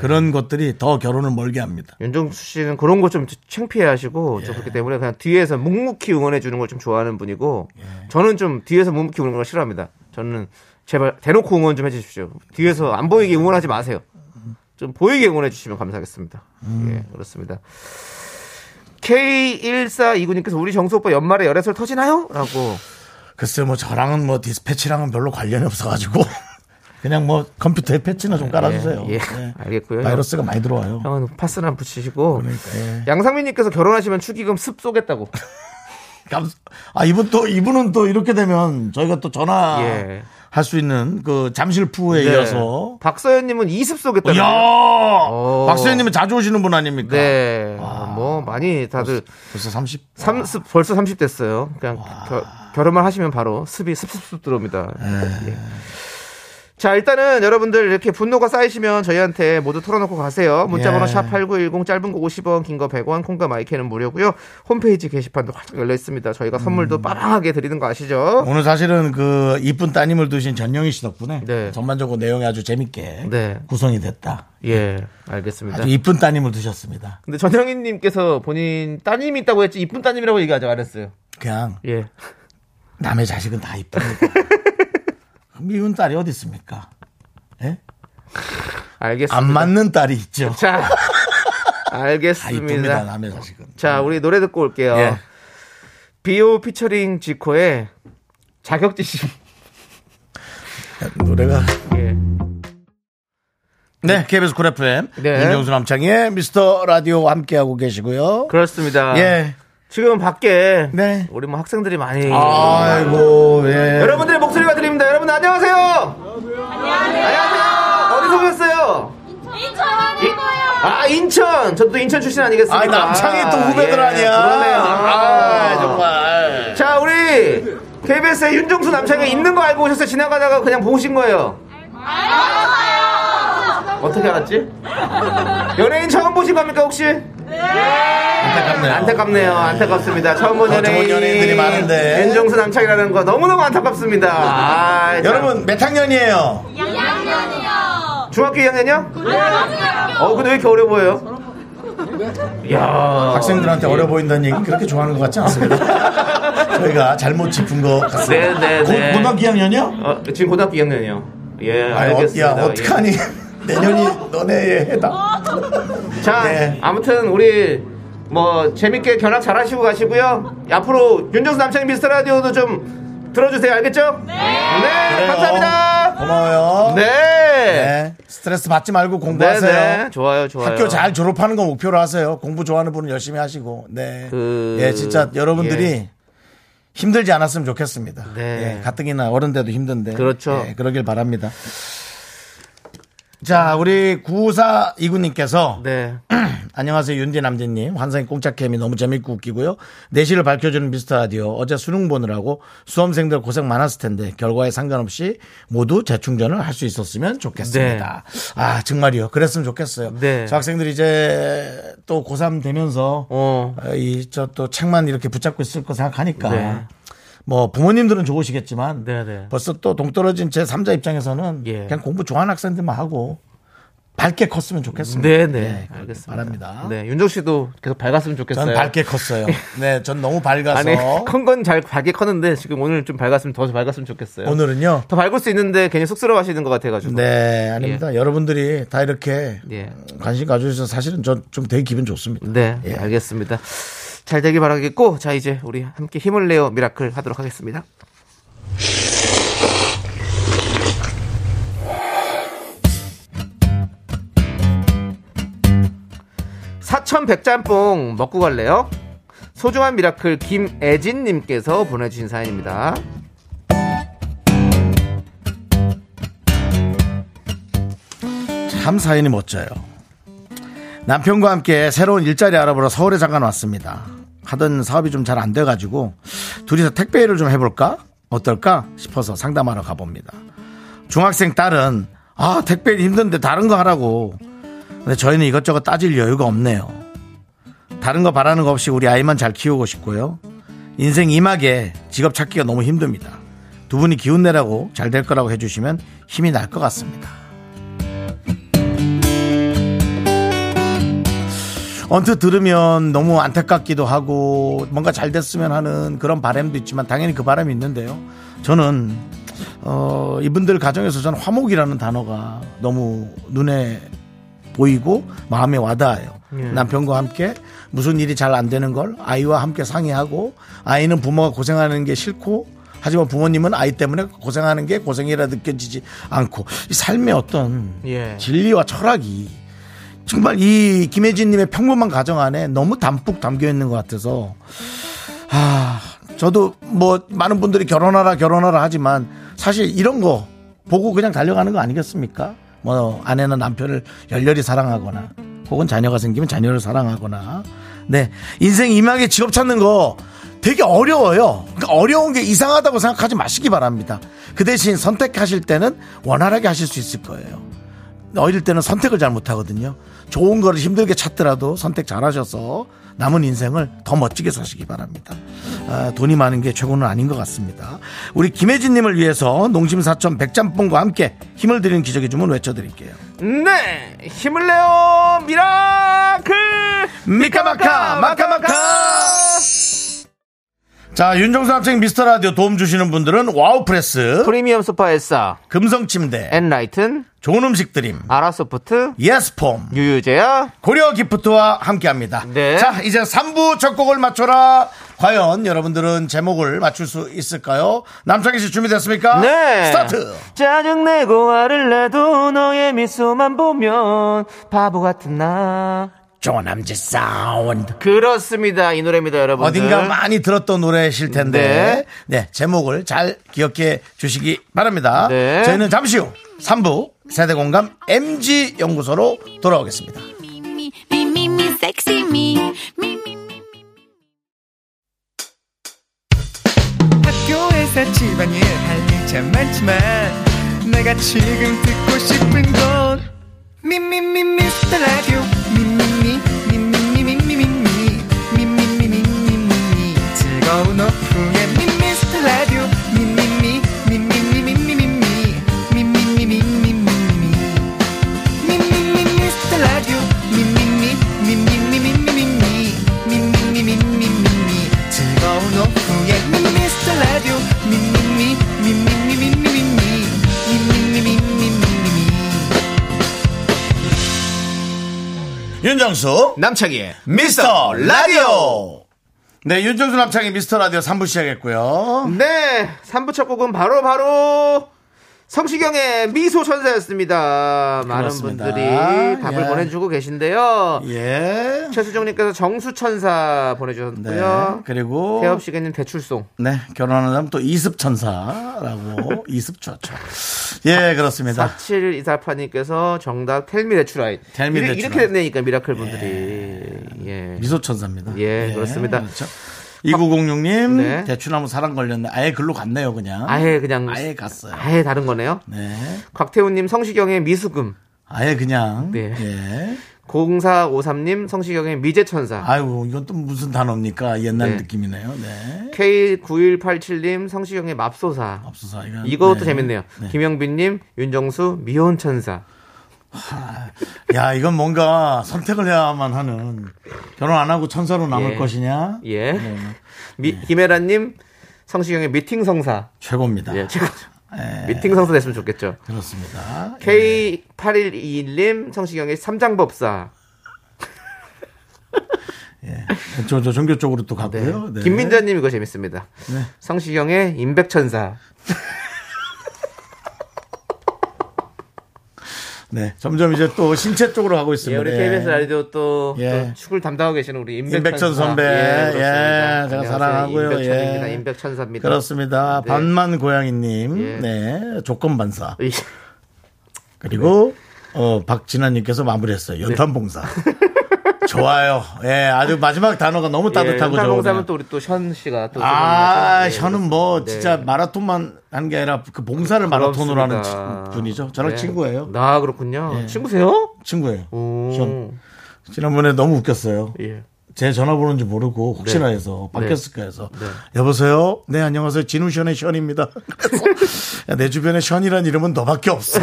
그런 것들이 더 결혼을 멀게 합니다.
윤정수 씨는 그런 거 좀 창피해하시고
예.
좀 그렇기 때문에 그냥 뒤에서 묵묵히 응원해 주는 걸 좀 좋아하는 분이고
예.
저는 좀 뒤에서 묵묵히 응원하는 걸 싫어합니다. 저는 제발 대놓고 응원 좀 해주십시오. 뒤에서 안 보이게 응원하지 마세요. 좀 보이게 응원해 주시면 감사하겠습니다.
음.
예, 그렇습니다. K1429님께서 우리 정수 오빠 연말에 열애설 터지나요? 라고.
글쎄 뭐 저랑은 뭐 디스패치랑은 별로 관련이 없어가지고 그냥 뭐 컴퓨터에 패치나 좀 깔아주세요.
예, 예.
네.
알겠고요.
바이러스가 많이 들어와요.
형은 파스나 붙이시고.
그러니까, 예.
네. 양상민님께서 결혼하시면 축의금 습 쏘겠다고.
감- 아 이분 또 이분은 또 이렇게 되면 저희가 또 전화
예.
할 수 있는 그 잠실푸에 이어서.
네. 박서연님은 이습 쏘겠다고.
야
네. 오.
박수현님은 자주 오시는 분 아닙니까? 아.
네. 뭐 많이 다들
벌써 30.
삼, 습, 벌써 30 됐어요. 그냥
아.
겨- 결혼만 하시면 바로 습이 습습습 들어옵니다.
네.
예. 자, 일단은 여러분들 이렇게 분노가 쌓이시면 저희한테 모두 털어놓고 가세요. 문자번호
예.
샵8910 짧은 거 50원, 긴 거 100원, 콩과 마이크는 무료고요. 홈페이지 게시판도 활짝 열려 있습니다. 저희가
음.
선물도 빠방하게 드리는 거 아시죠?
오늘 사실은 그 이쁜 따님을 두신 전영희 씨 덕분에
네.
전반적으로 내용이 아주 재밌게
네.
구성이 됐다.
예, 알겠습니다.
아주 이쁜 따님을 두셨습니다.
근데 전영희님께서 본인 따님이 있다고 했지 이쁜 따님이라고 얘기 아직 안 했어요.
그냥
예.
남의 자식은 다 이쁩니다. 미운 딸이 어디 있습니까? 예?
알겠습니다.
안 맞는 딸이 있죠. 다
자,
아, 이쁩니다. 음.
알겠습니다. 어.
남의 자식은.
자, 우리 노래 듣고 올게요.
예.
비오 피처링 지코의 자격지심.
노래가
예.
네, KBS 쿨 FM
네.
윤정수 남창희의 미스터 라디오와 함께하고 계시고요.
그렇습니다.
예,
지금 밖에
네. 아,
우리 뭐 학생들이 많이
아이고, 예.
여러분들의 목소리가 들립니다. 여러분 안녕하세요. 안녕하세요. 안녕하세요. 어디서 오셨어요? 아 인천. 저도 인천 출신 아니겠습니까?
아, 남창희 또 후배들
예,
아니야.
그러네요.
아, 정말.
자 우리 KBS의 윤종수 남창이 있는 거 알고 오셨어요? 지나가다가 그냥 보신 거예요. 알아요. 어떻게 알았지? 연예인 처음 보신 겁니까 혹시?
안타깝네요.
안타깝네요. 안타깝습니다. 처음 본
어, 좋은
연예인.
연예인들이 많은데.
윤종수 남창이라는 거 너무너무 안타깝습니다. 아, 참.
여러분, 몇 학년이에요?
중학교 2학년이요? 어 근데 왜 이렇게 어려 보여요?
학생들한테
예.
어려 보인다는 얘기 그렇게 좋아하는 것 같지 않습니다. 저희가 잘못 짚은 것 같습니다.
네네네.
고- 고등학교 2학년이요?
어, 지금 고등학교 2학년이요. 예, 알겠습니다.
어, 야, 어떡하니. 내년이 너네의 해다.
예. 자,
네.
아무튼 우리 뭐 재밌게 견학 잘하시고 가시고요. 앞으로 윤정수 남창희 미스터 라디오도 좀 들어주세요. 알겠죠? 네. 감사합니다.
고마워요.
네.
네. 스트레스 받지 말고
네,
공부하세요.
네. 좋아요, 좋아요.
학교 잘 졸업하는 거 목표로 하세요. 공부 좋아하는 분은 열심히 하시고. 네.
그-
예, 진짜 여러분들이
예.
힘들지 않았으면 좋겠습니다.
네.
예, 가뜩이나 어른 돼도 힘든데.
그렇죠.
예, 그러길 바랍니다. 자, 우리 9사 이구님께서
네.
예. 안녕하세요 윤디 남디님 환상의 공짜 캠이 너무 재밌고 웃기고요 내실을 밝혀주는 미스터 라디오 어제 수능 보느라고 수험생들 고생 많았을 텐데 결과에 상관없이 모두 재충전을 할 수 있었으면 좋겠습니다 아 정말이요 그랬으면 좋겠어요
네.
저 학생들이 이제 또 고3 되면서
어.
이 저 또 책만 이렇게 붙잡고 있을 거 생각하니까
네.
뭐 부모님들은 좋으시겠지만
네, 네.
벌써 또 동떨어진 제 3자 입장에서는
예.
그냥 공부 좋아하는 학생들만 하고 밝게 컸으면 좋겠습니다.
네,
예,
네.
그렇게
알겠습니다.
바랍니다.
네. 윤정 씨도 계속 밝았으면 좋겠어요.
전 밝게 컸어요. 네, 전 너무 밝아서
아니, 큰 건 잘 밝게 컸는데 지금 오늘 좀 밝았으면 더 밝았으면 좋겠어요.
오늘은요.
더 밝을 수 있는데 괜히 쑥스러워 하시는 것 같아가지고.
네, 아닙니다. 여러분들이 다 이렇게
예.
관심 가져주셔서 사실은 전 좀 되게 기분 좋습니다.
네,
예.
알겠습니다. 잘 되길 바라겠고, 자, 이제 우리 함께 힘을 내어 미라클 하도록 하겠습니다. 사천 백짬뽕 먹고 갈래요? 소중한 미라클 김애진님께서 보내주신 사연입니다.
참 사연이 멋져요. 남편과 함께 새로운 일자리 알아보러 서울에 잠깐 왔습니다. 하던 사업이 좀 잘 안 돼가지고 둘이서 택배 일을 좀 해볼까? 어떨까? 싶어서 상담하러 가봅니다. 중학생 딸은 아 택배 일 힘든데 다른 거 하라고. 근데 저희는 이것저것 따질 여유가 없네요. 다른 거 바라는 거 없이 우리 아이만 잘 키우고 싶고요. 인생 이막에 직업 찾기가 너무 힘듭니다. 두 분이 기운 내라고 잘 될 거라고 해주시면 힘이 날 것 같습니다. 언뜻 들으면 너무 안타깝기도 하고 뭔가 잘 됐으면 하는 그런 바람도 있지만 당연히 그 바람이 있는데요. 저는 어, 이분들 가정에서 저는 화목이라는 단어가 너무 눈에 보이고 마음에 와닿아요. 남편과 함께 무슨 일이 잘 안 되는 걸 아이와 함께 상의하고 아이는 부모가 고생하는 게 싫고 하지만 부모님은 아이 때문에 고생하는 게 고생이라 느껴지지 않고 이 삶의 어떤
예.
진리와 철학이 정말 이 김혜진님의 평범한 가정 안에 너무 담뿍 담겨 있는 것 같아서 아 저도 뭐 많은 분들이 결혼하라 결혼하라 하지만 사실 이런 거 보고 그냥 달려가는 거 아니겠습니까? 뭐 아내는 남편을 열렬히 사랑하거나 혹은 자녀가 생기면 자녀를 사랑하거나 네 인생 이막에 직업 찾는 거 되게 어려워요. 그러니까 어려운 게 이상하다고 생각하지 마시기 바랍니다. 그 대신 선택하실 때는 원활하게 하실 수 있을 거예요. 어릴 때는 선택을 잘 못하거든요. 좋은 거를 힘들게 찾더라도 선택 잘하셔서 남은 인생을 더 멋지게 사시기 바랍니다. 아, 돈이 많은 게 최고는 아닌 것 같습니다. 우리 김혜진님을 위해서 농심사천 백짬뽕과 함께 힘을 드리는 기적의 주문 외쳐드릴게요.
네 힘을 내요 미라클
미카마카 마카마카 자 윤종수 학생 미스터라디오 도움 주시는 분들은 와우프레스
프리미엄 소파 엘사
금성침대
엔라이튼
좋은 음식 드림
아라소프트
예스폼
유유제야
고려 기프트와 함께합니다.
네.
자, 이제 3부 첫 곡을 맞춰라. 과연 여러분들은 제목을 맞출 수 있을까요? 남창희 씨 준비됐습니까?
네
스타트.
짜증내고 화를 내도 너의 미소만 보면 바보 같은 나
조남지 사운드.
그렇습니다 이 노래입니다 여러분들
어딘가 많이 들었던 노래실 텐데,
네.
네, 제목을 잘 기억해 주시기 바랍니다.
네.
저희는 잠시 후 3부 세대공감 MG 연구소로 돌아오겠습니다.
미미 미미미 섹시 미 미미미
학교에서 집안일 할 일 참 많지만 내가 지금 듣고 싶은 건 미미미 미스터 라디오 미미미 미미미 미미미 미미미 미미미 즐거운 오후에 미미스터 라디오 미미미 미미미 미미미 미미미 미미미
윤정수,
남창희의
미스터 라디오. 네, 윤정수 남창희 미스터 라디오 3부 시작했고요.
네, 3부 첫 곡은 바로 바로 성시경의 미소 천사였습니다. 많은
그렇습니다.
분들이 답을
예.
보내주고 계신데요.
예.
최수정님께서 정수천사 보내주셨고요.
네. 그리고
태엽 씨가님 대출송.
네 결혼한 사람 또 이습천사라고 이습초초. 예 그렇습니다.
4724님께서 정답 텔미 대출아이.
Tell me that you
이렇게
right.
됐네니까 미라클 분들이. 예.
예. 미소천사입니다.
예, 그렇습니다.
그렇죠. 2906님
네.
대추나무 사랑 걸렸네. 아예 글로 갔네요 그냥.
아예 그냥
아예 갔어요.
아예 다른 거네요.
네.
곽태훈님 성시경의 미수금.
아예 그냥.
네.
예.
0453님 성시경의 미제천사.
아이고 이건 또 무슨 단어입니까? 옛날
네.
느낌이네요. 네.
K9187님 성시경의 맙소사.
없어서 이건.
이것도
네.
재밌네요.
네.
김영빈님, 윤정수, 미혼천사.
야 이건 뭔가 선택을 해야만 하는 결혼 안 하고 천사로 남을
예.
것이냐. 네.
예. 미- 김혜라님, 성시경의 미팅성사.
최고입니다.
예, 최고.
네.
미팅성사 됐으면 좋겠죠.
그렇습니다.
K8121님, 성시경의 삼장법사.
저, 저 종교 쪽으로 또
네.
갔고요. 네.
김민자님, 이거 재밌습니다. 성시경의 임백천사.
네. 점점 이제 또 신체 쪽으로 가고
예,
있습니다. 네.
우리 KBS 라디오 또,
예.
또 축을 담당하고 계시는 우리 임백천사.
임백천 선배. 예, 제가 사랑하고요.
임백천입니다.
예.
임백천사입니다.
그렇습니다.
네.
반만 고양이님,
예.
네 조건 반사
이-
그리고 어 박진아님께서
네.
마무리했어요. 연탄봉사. 좋아요. 예, 아주 마지막 단어가 너무 따뜻하고
예,
좋네요.
공사면 또 우리 또현 씨가 또
아,
생각나서, 예.
저는 뭐 진짜
네.
마라톤만 하는 게 아니라 그 봉사를 마라톤으로 하는
그렇습니다.
친- 분이죠. 저랑
네.
친구예요.
나 그렇군요. 친구세요?
친구예요.
오.
좀. 지난번에 너무 웃겼어요.
예.
제 전화번호인지 모르고 혹시나
네.
해서 바뀌었을까 해서 여보세요 네 안녕하세요 진우션의 션입니다 그래서 야, 내 주변에 션이란 이름은 너밖에 없어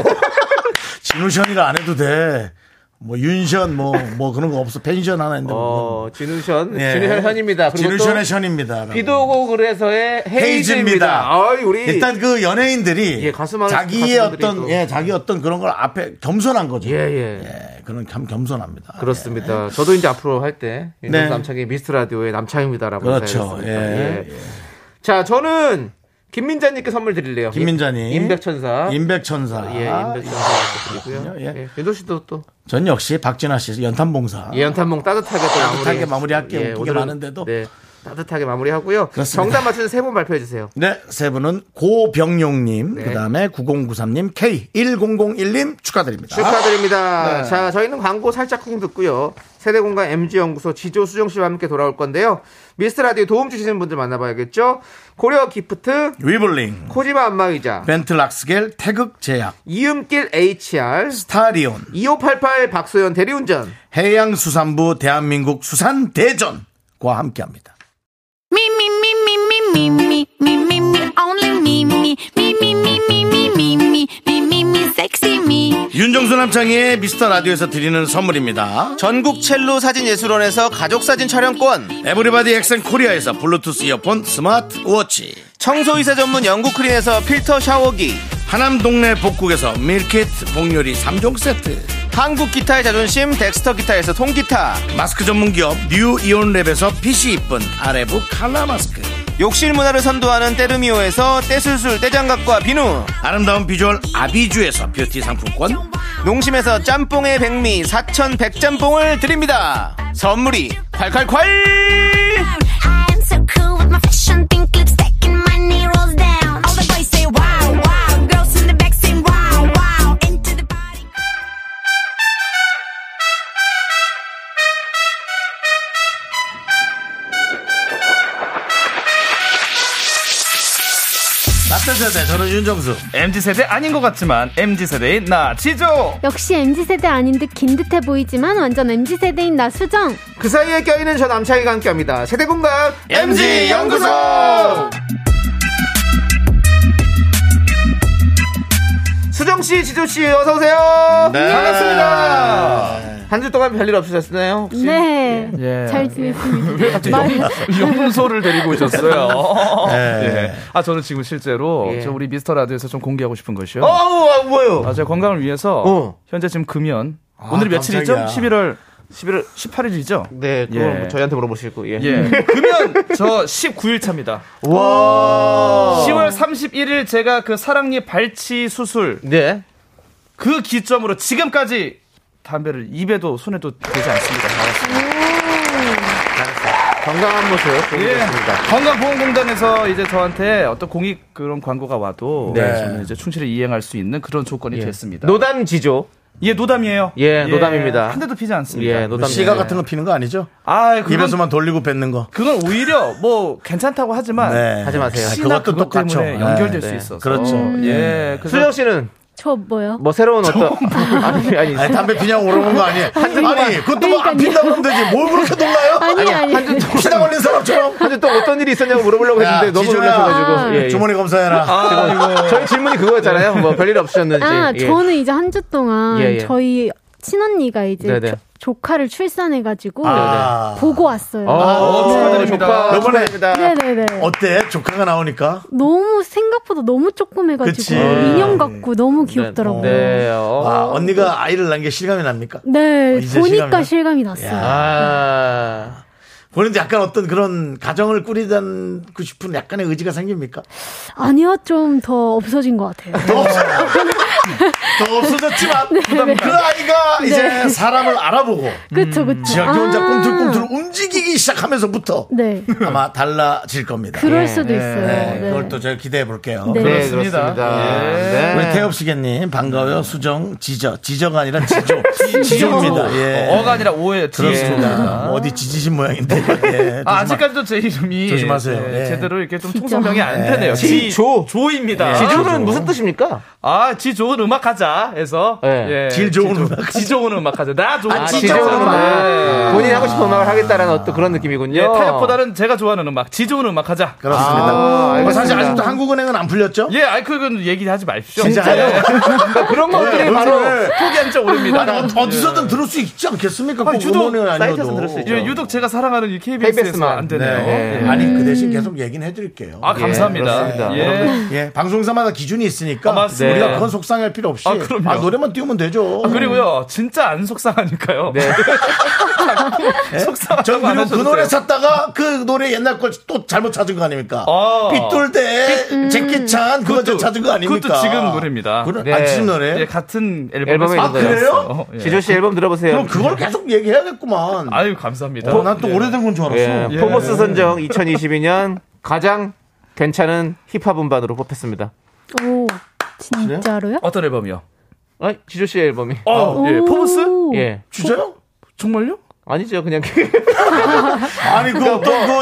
진우션이라 안 해도 돼 뭐 윤션 뭐 뭐 그런 거 없어 펜션 하나 있는데 뭐
어, 진우션,
예.
진우션 현입니다. 그리고
진우션의
또
션입니다.
비도 오고 그래서의 헤이즈입니다.
헤이즈입니다.
어이, 우리
일단 그 연예인들이
예, 가수 많은
자기의
가수분들이
어떤
또.
예 자기 어떤 그런 걸 앞에 겸손한 거죠.
예, 예.
예, 그런 겸 겸손합니다.
아, 그렇습니다. 저도 이제 앞으로 할 때 윤정수
네.
남창의 미스트 라디오의 남창입니다라고
그렇죠.
인사하겠습니다.
예.
자, 저는 김민자님께 선물 드릴래요.
김민자님.
임백천사.
임백천사. 아,
예, 임백천사 드리고요.
예.
예. 윤도 씨도 또
전 역시 박진아 씨 연탄봉사.
예연탄봉 따뜻하게 또 마무리. 예,
따뜻하게 마무리할게요. 웃긴 게
오늘은,
많은데도.
네, 따뜻하게 마무리하고요.
그렇습니다.
정답 맞추는 세 분 발표해 주세요.
네, 세 분은 고병용님,
네.
그 다음에 9093님, K1001님 축하드립니다.
축하드립니다.
네.
자, 저희는 광고 살짝 쿵 듣고요. 세대공간 MG연구소 지조 수정 씨와 함께 돌아올 건데요. 미스트 라디오 도움 주시는 분들 만나봐야겠죠. 고려 기프트,
위블링,
코지마 안마의자,
벤틀락스겔, 태극제약,
이음길 HR,
스타리온,
2588 박소연 대리운전.
해양수산부 대한민국 수산대전과 함께합니다.
Me me me me me me me me me me only me me me me me me me me me me me me sexy me.
윤정수 남창희의 미스터 라디오에서 드리는 선물입니다.
전국 첼로 사진 예술원에서 가족 사진 촬영권,
에브리바디 엑센 코리아에서 블루투스 이어폰 스마트워치,
청소이사 전문 영국 크린에서 필터 샤워기,
하남 동네 복국에서 밀키트, 복요리 3종 세트,
한국 기타의 자존심 덱스터 기타에서 통기타,
마스크 전문 기업 뉴 이온랩에서 핏이 이쁜 아레브 칼라 마스크,
욕실 문화를 선도하는 때르미오에서 떼술술 떼장갑과 비누,
아름다운 비주얼 아비주에서 뷰티 상품권,
농심에서 짬뽕의 백미 사천 백짬뽕을 드립니다. 선물이 콸콸콸!
I am so cool with my fashion pink lipstick and my knee rolls down. All the boys say wow wow, girls in the back say wow wow. Into the party.
라떼 세대 저는 윤정수
MZ 세대 아닌 것 같지만 MZ 세대인 나 지조.
역시 MZ세대 아닌 듯 긴 듯해 보이지만 완전 MZ세대인 나 수정.
그 사이에 껴있는 저 남창희가 함께합니다. 세대공감 MG 연구소. 수정 씨, 지조 씨, 어서 오세요.
네.
반갑습니다. 한 주 동안 별일 없으셨나요?
예.
혹시?
네. 잘 지냈습니다.
왜 갑자기 영, 소를 데리고 오셨어요?
네.
예. 아 저는 지금 실제로
예.
어, 저 우리 미스터 라디오에서 좀 공개하고 싶은 것이요.
어, 어, 뭐요?
아, 제 건강을 위해서
어. 아,
현재 지금 금연. 오늘이 며칠이죠?
깜짝이야.
11월 11월 18일이죠?
네, 그건
예.
뭐 저희한테 물어보시고. 예.
예. 금연 저 19일 차입니다.
와.
10월 31일 제가 그 사랑니 발치 수술
네.
그 기점으로 지금까지 담배를 입에도 손에도 대지 않습니다.
음. 건강한 모습
예.
보여드리겠습니다. 예.
건강보험공단에서 이제 저한테 어떤 공익 그런 광고가 와도
네.
저는 이제 충실히 이행할 수 있는 그런 조건이 됐습니다.
노담 지조.
예, 노담이에요.
예, 노담입니다.
한 대도 피지 않습니다.
예, 노담
시가
지조.
같은 거 피는 거 아니죠?
네. 아, 그건,
입에서만 돌리고 뱉는 거.
그건 오히려 뭐 괜찮다고 하지만
네.
하지 마세요.
아,
혹시나
그것도
그것
똑같죠.
때문에 연결될
네.
수 있어서.
그렇죠.
예.
수정
그래서
씨는
저 뭐요?
뭐 새로운 어떤 아니 아니
아니, 담배 피냐고 물어본 거 아니에요. 아니, 그것도 뭐 안
그러니까요.
핀다고 하면 되지. 뭘 그렇게 놀라요?
아니, 아니.
피다 걸린 사람처럼.
아주 또 어떤 일이 있었냐고 물어보려고
야,
했는데 너무
지조야. 아,
놀라셔가지고 예, 예.
주머니
아.
검사해라.
제가 저희 질문이 그거였잖아요. 뭐 별일 없으셨는지.
아,
예.
저는 이제 한 주 동안
예, 예.
저희 친언니가 이제
네네.
조- 조카를 출산해가지고
아.
보고 왔어요. 네.
어, 축하드립니다.
요번에-
네네네.
어때? 조카가 나오니까?
너무 생각보다 너무 조그매가지고 어,
그치. 네.
인형 같고 너무 귀엽더라고요. 네,
네. 어.
아, 언니가 아이를 낳은 게 실감이 납니까?
네,
어, 이제
보니까
실감이
실감이
야.
났어요.
아.
보는데 약간 어떤 그런 가정을 꾸리고 싶은 약간의 의지가 생깁니까?
아니요, 좀 더 없어진 것 같아요.
더, 없어, 더 없어졌지만
네,
그 아이가 이제 사람을 알아보고
그쵸, 그쵸.
지학교 혼자
네. 아.
꿈틀꿈틀 움직이기 시작하면서부터
네.
아마 달라질 겁니다.
그럴
예,
수도 있어요.
네,
네.
그걸 또 제가 기대해 볼게요.
네.
네,
그렇습니다.
그렇습니다. 네.
우리 태엽시계님 반가워요. 수정, 지저, 지저가 아니라 지조, 지조입니다. 예.
어, 어가 아니라 오해
그렇습니다. 뭐 어디 지지신 모양인데. 예.
아, 아직까지도 제 이름이
조심하세요.
예,
예.
제대로 이렇게 좀 통성명이 안 되네요.
예. 지조.
조입니다.
지조는 무슨 뜻입니까?
아, 지조 좋은 음악 하자 해서
네.
질 좋은
예, 지 좋-
음악.
지 좋은 음악 하자. 나 좋은 음악
진짜
아, 지저분한
좋은
하자.
음악.
네.
본인이 하고 싶은 음악을 하겠다라는 어떤 그런 느낌이군요.
예, 타협보다는 제가 좋아하는 음악, 지 좋은 음악 하자.
그렇습니다. 뭐 사실
알겠습니다.
아직도 한국은행은 안 풀렸죠?
예, 아이 그건 얘기하지 마십시오.
진짜요?
예.
그러니까 그런 것들이
네,
바로
오늘
포기한 지 오래입니다.
아니, 어- 어디서든 들을 수 있지 않겠습니까?
아니,
꼭
주도
음원은
사이트에서 들을 수
아니어도.
있죠.
예, 유독 제가 사랑하는 이 KBS에만
KBS만.
안
네.
되네요.
네.
아니 그 대신 계속 얘기는 해드릴게요.
아, 감사합니다.
그렇습니다.
예.
여러분들
예, 방송사마다 기준이 있으니까
아, 맞습니다.
우리가
네.
그건 속상할 필요 없이
아, 그럼요.
노래만 띄우면 되죠.
아, 그리고요, 진짜 안 속상하니까요.
네.
속상하다고
전
안
그리고 그
하셔도
노래
돼요.
찾다가 그 노래 옛날 걸 또 잘못 찾은 거 아닙니까?
아.
빗돌대 제키찬 그거
그것도-
찾은 거 아닙니까?
그것도 지금 노래입니다.
그래?
네.
아, 지금 노래?
예, 같은
앨범에
앨범에
있는 거예요.
아,
어, 예.
지조 씨 앨범 들어보세요.
그럼 그걸 계속 얘기해야겠구만.
아유, 네. 감사합니다.
어, 난또 오래된 건 줄 알았어.
예,
예.
포머스 선정 2022년 가장 괜찮은 힙합 음반으로 뽑혔습니다.
오, 진짜로요?
어떤 앨범이요?
어, 지조 씨 앨범이.
어, 예, 포머스?
오.
예.
진짜요?
정말요?
아니죠, 그냥.
아니 그 어떤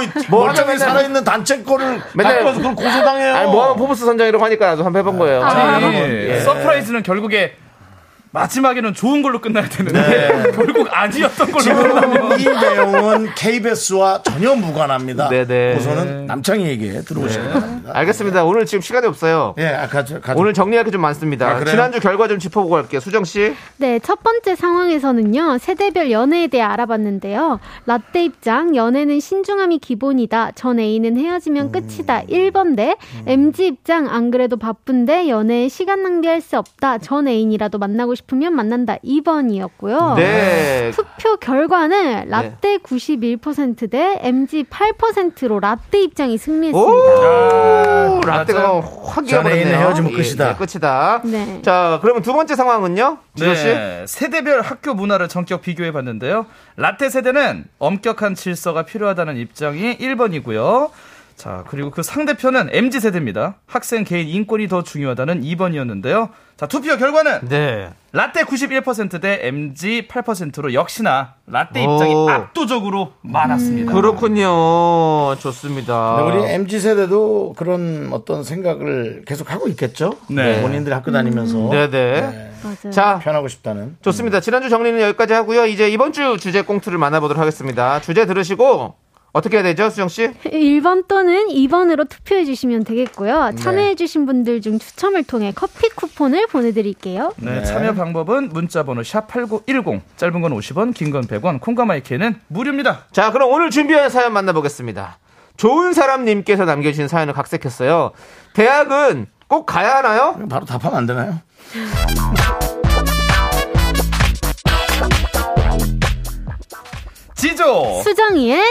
그
뭐
멀쩡히
하면 맨날-
살아있는 단체 거를
맨날-
갖고 와서 그걸 고소당해요.
아니, 뭐 하면 포머스 선정이라고 하니까 나도 한번 해본 거예요.
아.
아니, 서프라이즈는 결국에 마지막에는 좋은 걸로 끝나야 되는데 결국 아니었던 걸로 끝나면
지금 이 내용은 KBS와 전혀 무관합니다.
네네.
고소는 남창희에게 들어오시기 바랍니다.
알겠습니다. 오늘 지금 시간이 없어요.
예, 아, 가죠, 가죠.
오늘 정리할 게 좀 많습니다.
아, 그래요?
지난주 결과 좀 짚어보고 갈게요. 수정 씨.
네, 첫 번째 상황에서는요, 세대별 연애에 대해 알아봤는데요. 라떼 입장, 연애는 신중함이 기본이다. 전 애인은 헤어지면 끝이다. 1번 대, MG 입장, 안 그래도 바쁜데 연애에 시간 낭비할 수 없다. 전 애인이라도 만나고 싶으면 만난다. 2번이었고요.
네.
투표 결과는 라떼 91%대 MG 8%로 라떼 입장이 승리했습니다.
오, 라떼가
맞아요.
아, 확
전에
이겨버렸네요. 예,
있는 헤어짐은 끝이다.
끝이다.
네.
자, 그러면 두 번째 상황은요? 지조 씨.
네, 세대별 학교 문화를 전격 비교해 봤는데요. 라떼 세대는 엄격한 질서가 필요하다는 입장이 1번이고요. 자, 그리고 그 상대편은 MZ 세대입니다. 학생 개인 인권이 더 중요하다는 2번이었는데요. 자, 투표 결과는
네.
라떼 91%대 MZ 8%로 역시나 라떼 입장이
오.
압도적으로 많았습니다.
그렇군요. 좋습니다.
근데 우리 MZ 세대도 그런 어떤 생각을 계속 하고 있겠죠.
네.
본인들 학교 다니면서
음, 네네.
맞아요.
자,
편하고 싶다는.
좋습니다. 지난주 정리는 여기까지 하고요. 이제 이번 주 주제 꽁트를 만나보도록 하겠습니다. 주제 들으시고 어떻게 해야 되죠, 수정 씨?
1번 또는 2번으로 투표해 주시면 되겠고요. 참여해 주신 분들 중 추첨을 통해 커피 쿠폰을 보내드릴게요.
네, 참여 방법은 문자 번호 샵8910 짧은 건 50원, 긴 건 100원, 콩과 마이크는 무료입니다.
자, 그럼 오늘 준비한 사연 만나보겠습니다. 좋은 사람님께서 남겨주신 사연을 각색했어요. 대학은 꼭 가야 하나요?
바로 답하면 안 되나요?
지조!
수정이의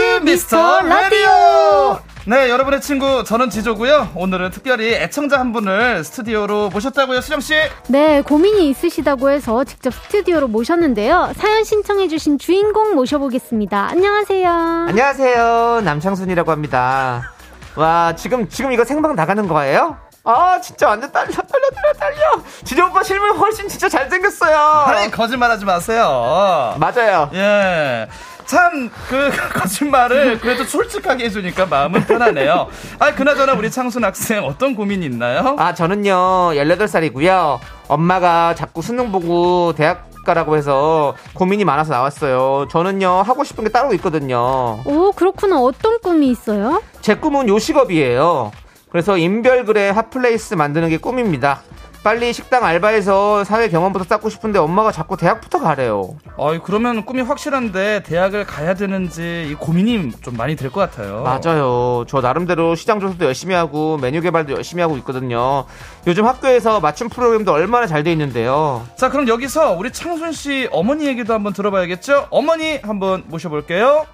미스 미스터 라디오. 네, 여러분의 친구 저는 지조고요. 오늘은 특별히 애청자 한 분을 스튜디오로 모셨다고요, 수정 씨.
네, 고민이 있으시다고 해서 직접 스튜디오로 모셨는데요. 사연 신청해 주신 주인공 모셔보겠습니다. 안녕하세요.
안녕하세요. 남창순이라고 합니다. 와, 지금, 지금 이거 생방 나가는 거예요? 아, 진짜 완전 딸려, 딸려, 딸려, 딸려. 지조 오빠 실물 훨씬 진짜 잘생겼어요.
아니 거짓말하지 마세요.
맞아요.
예. 참 그 거짓말을 그래도 솔직하게 해주니까 마음은 편하네요. 아 그나저나 우리 창순 학생 어떤 고민이 있나요?
아, 저는요, 18살이고요. 엄마가 자꾸 수능 보고 대학 가라고 해서 고민이 많아서 나왔어요. 저는요, 하고 싶은 게 따로 있거든요.
오, 그렇구나. 어떤 꿈이 있어요?
제 꿈은 요식업이에요. 그래서 인별그레 핫플레이스 만드는 게 꿈입니다. 빨리 식당 알바해서 사회 경험부터 쌓고 싶은데 엄마가 자꾸 대학부터 가래요.
아 그러면 꿈이 확실한데 대학을 가야 되는지 이 고민이 좀 많이 될 것 같아요.
맞아요. 저 나름대로 시장 조사도 열심히 하고 메뉴 개발도 열심히 하고 있거든요. 요즘 학교에서 맞춤 프로그램도 얼마나 잘 돼 있는데요.
자 그럼 여기서 우리 창순 씨 어머니 얘기도 한번 들어봐야겠죠? 어머니 한번 모셔볼게요.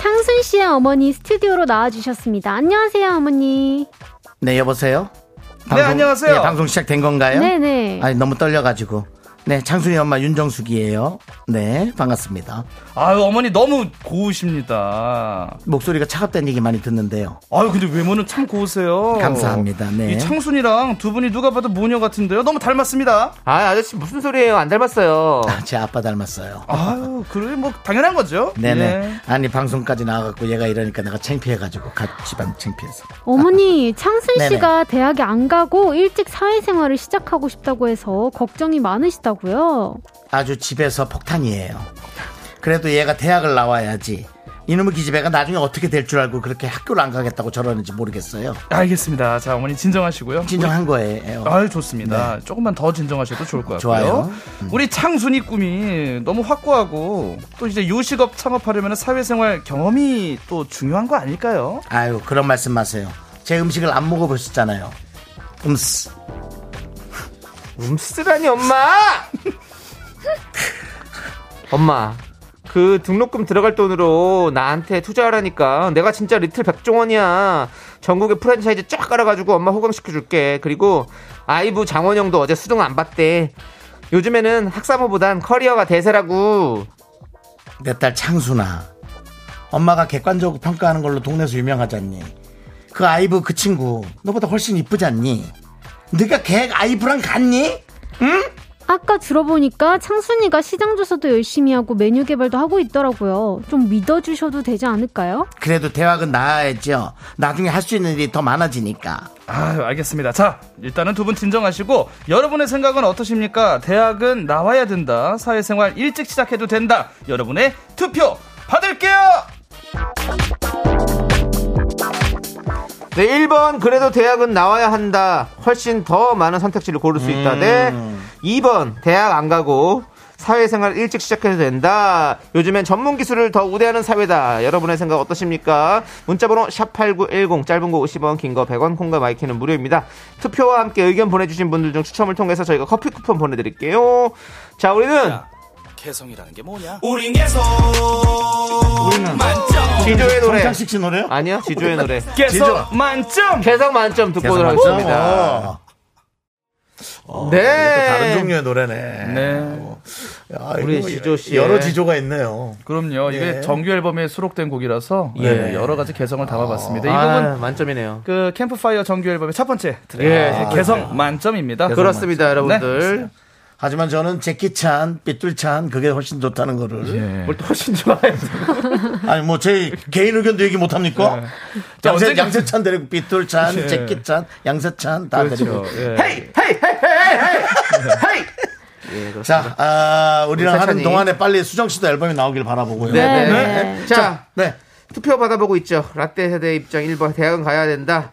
창순 씨의 어머니 스튜디오로 나와주셨습니다. 안녕하세요, 어머니.
네, 여보세요.
안녕하세요.
예, 방송 시작된 건가요?
네네.
아니 너무 떨려가지고
네, 장순이 엄마 윤정숙이에요. 네, 반갑습니다.
아유 어머니 너무 고우십니다.
목소리가 차갑다는 얘기 많이 듣는데요.
아유 근데 외모는 참 고우세요.
감사합니다. 네.
이 창순이랑 두 분이 누가 봐도 모녀 같은데요. 너무 닮았습니다.
아 아저씨 무슨 소리예요? 안 닮았어요.
제 아빠 닮았어요.
아유 그래 뭐 당연한 거죠.
네네.
예.
아니, 방송까지 나와갖고 얘가 이러니까 내가 창피해가지고 같이 방 창피해서.
어머니, 창순
네네.
씨가 대학에 안 가고 일찍 사회생활을 시작하고 싶다고 해서 걱정이 많으시다고요.
아주 집에서 폭탄이에요. 그래도 얘가 대학을 나와야지. 이놈의 기집애가 나중에 어떻게 될 줄 알고 그렇게 학교를 안 가겠다고 저러는지 모르겠어요.
아, 알겠습니다. 자 어머니 진정하시고요.
진정한 거예요.
아유 좋습니다. 조금만 더 진정하셔도 좋을 것 같고요.
어. 네. 좋아요. 음.
우리 창순이 꿈이 너무 확고하고 또 이제 요식업 창업하려면 사회생활 경험이 또 중요한 거 아닐까요?
아유, 그런 말씀 마세요. 제 음식을 안 먹어보셨잖아요. 음스.
음쓰라니 엄마. 엄마. 그 등록금 들어갈 돈으로 나한테 투자하라니까 내가 진짜 리틀 백종원이야 전국에 프랜차이즈 쫙 깔아가지고 엄마 호강시켜줄게 그리고 아이브 장원영도 어제 수능 안 봤대 요즘에는 학사모보단 커리어가 대세라고
내 딸 창순아. 엄마가 객관적으로 평가하는 걸로 동네에서 유명하잖니. 그 아이브 그 친구 너보다 훨씬 이쁘지 않니? 네가 걔 아이브랑 같니?
아까 들어보니까 창순이가 시장 조사도 열심히 하고 메뉴 개발도 하고 있더라고요. 좀 믿어주셔도 되지 않을까요?
그래도 대학은 나와야죠. 나중에 할 수 있는 일이 더 많아지니까.
아유 알겠습니다. 자 일단은 두 분 진정하시고 여러분의 생각은 어떠십니까? 대학은 나와야 된다. 사회생활 일찍 시작해도 된다. 여러분의 투표 받을게요.
네, 1번 그래도 대학은 나와야 한다. 훨씬 더 많은 선택지를 고를 수 있다. 네.
음.
2번 대학 안 가고 사회생활 일찍 시작해도 된다. 요즘엔 전문 기술을 더 우대하는 사회다. 여러분의 생각 어떠십니까? 문자번호 샵8910 짧은 거 50원 긴 거 100원 콩과 마이키는 무료입니다. 투표와 함께 의견 보내주신 분들 중 추첨을 통해서 저희가 커피 쿠폰 보내드릴게요. 자 우리는
우린 계속 만점
지조의 노래
정창식 씨 노래요?
아니야 지조의 노래
계속 만점.
개성 만점 듣고 오도록
만점.
하겠습니다.
어. 또
어.
예.
네.
다른 종류의 노래네.
네,
야,
우리
이거
지조 씨의-
여러 지조가 있네요.
그럼요. 이게
네.
정규 앨범에 수록된 곡이라서
예.
예, 여러 가지 개성을 담아봤습니다. 이
아,
곡은
만점이네요.
그 캠프파이어 정규 앨범의 첫 번째 트랙
예,
예, 개성 만점입니다.
그렇습니다, 여러분들.
하지만 저는 제키찬, 삐뚤찬 그게 훨씬 좋다는 거를.
네.
뭘 또 훨씬 좋아해요.
아니 뭐 제 개인 의견도 얘기 못
네.
합니까?
자,
양세,
언젠가-
양세찬 데리고 삐뚤찬, 제키찬, 양세찬 다
그렇죠,
데리고.
헤이
자, 아, 우리랑
우리
하는
세찬이.
동안에 빨리 수정 씨도 앨범이 나오길 바라보고요.
네,
네.
네. 자,
네.
투표 받아보고 있죠. 라떼 세대 입장 1번, 대학은 가야 된다.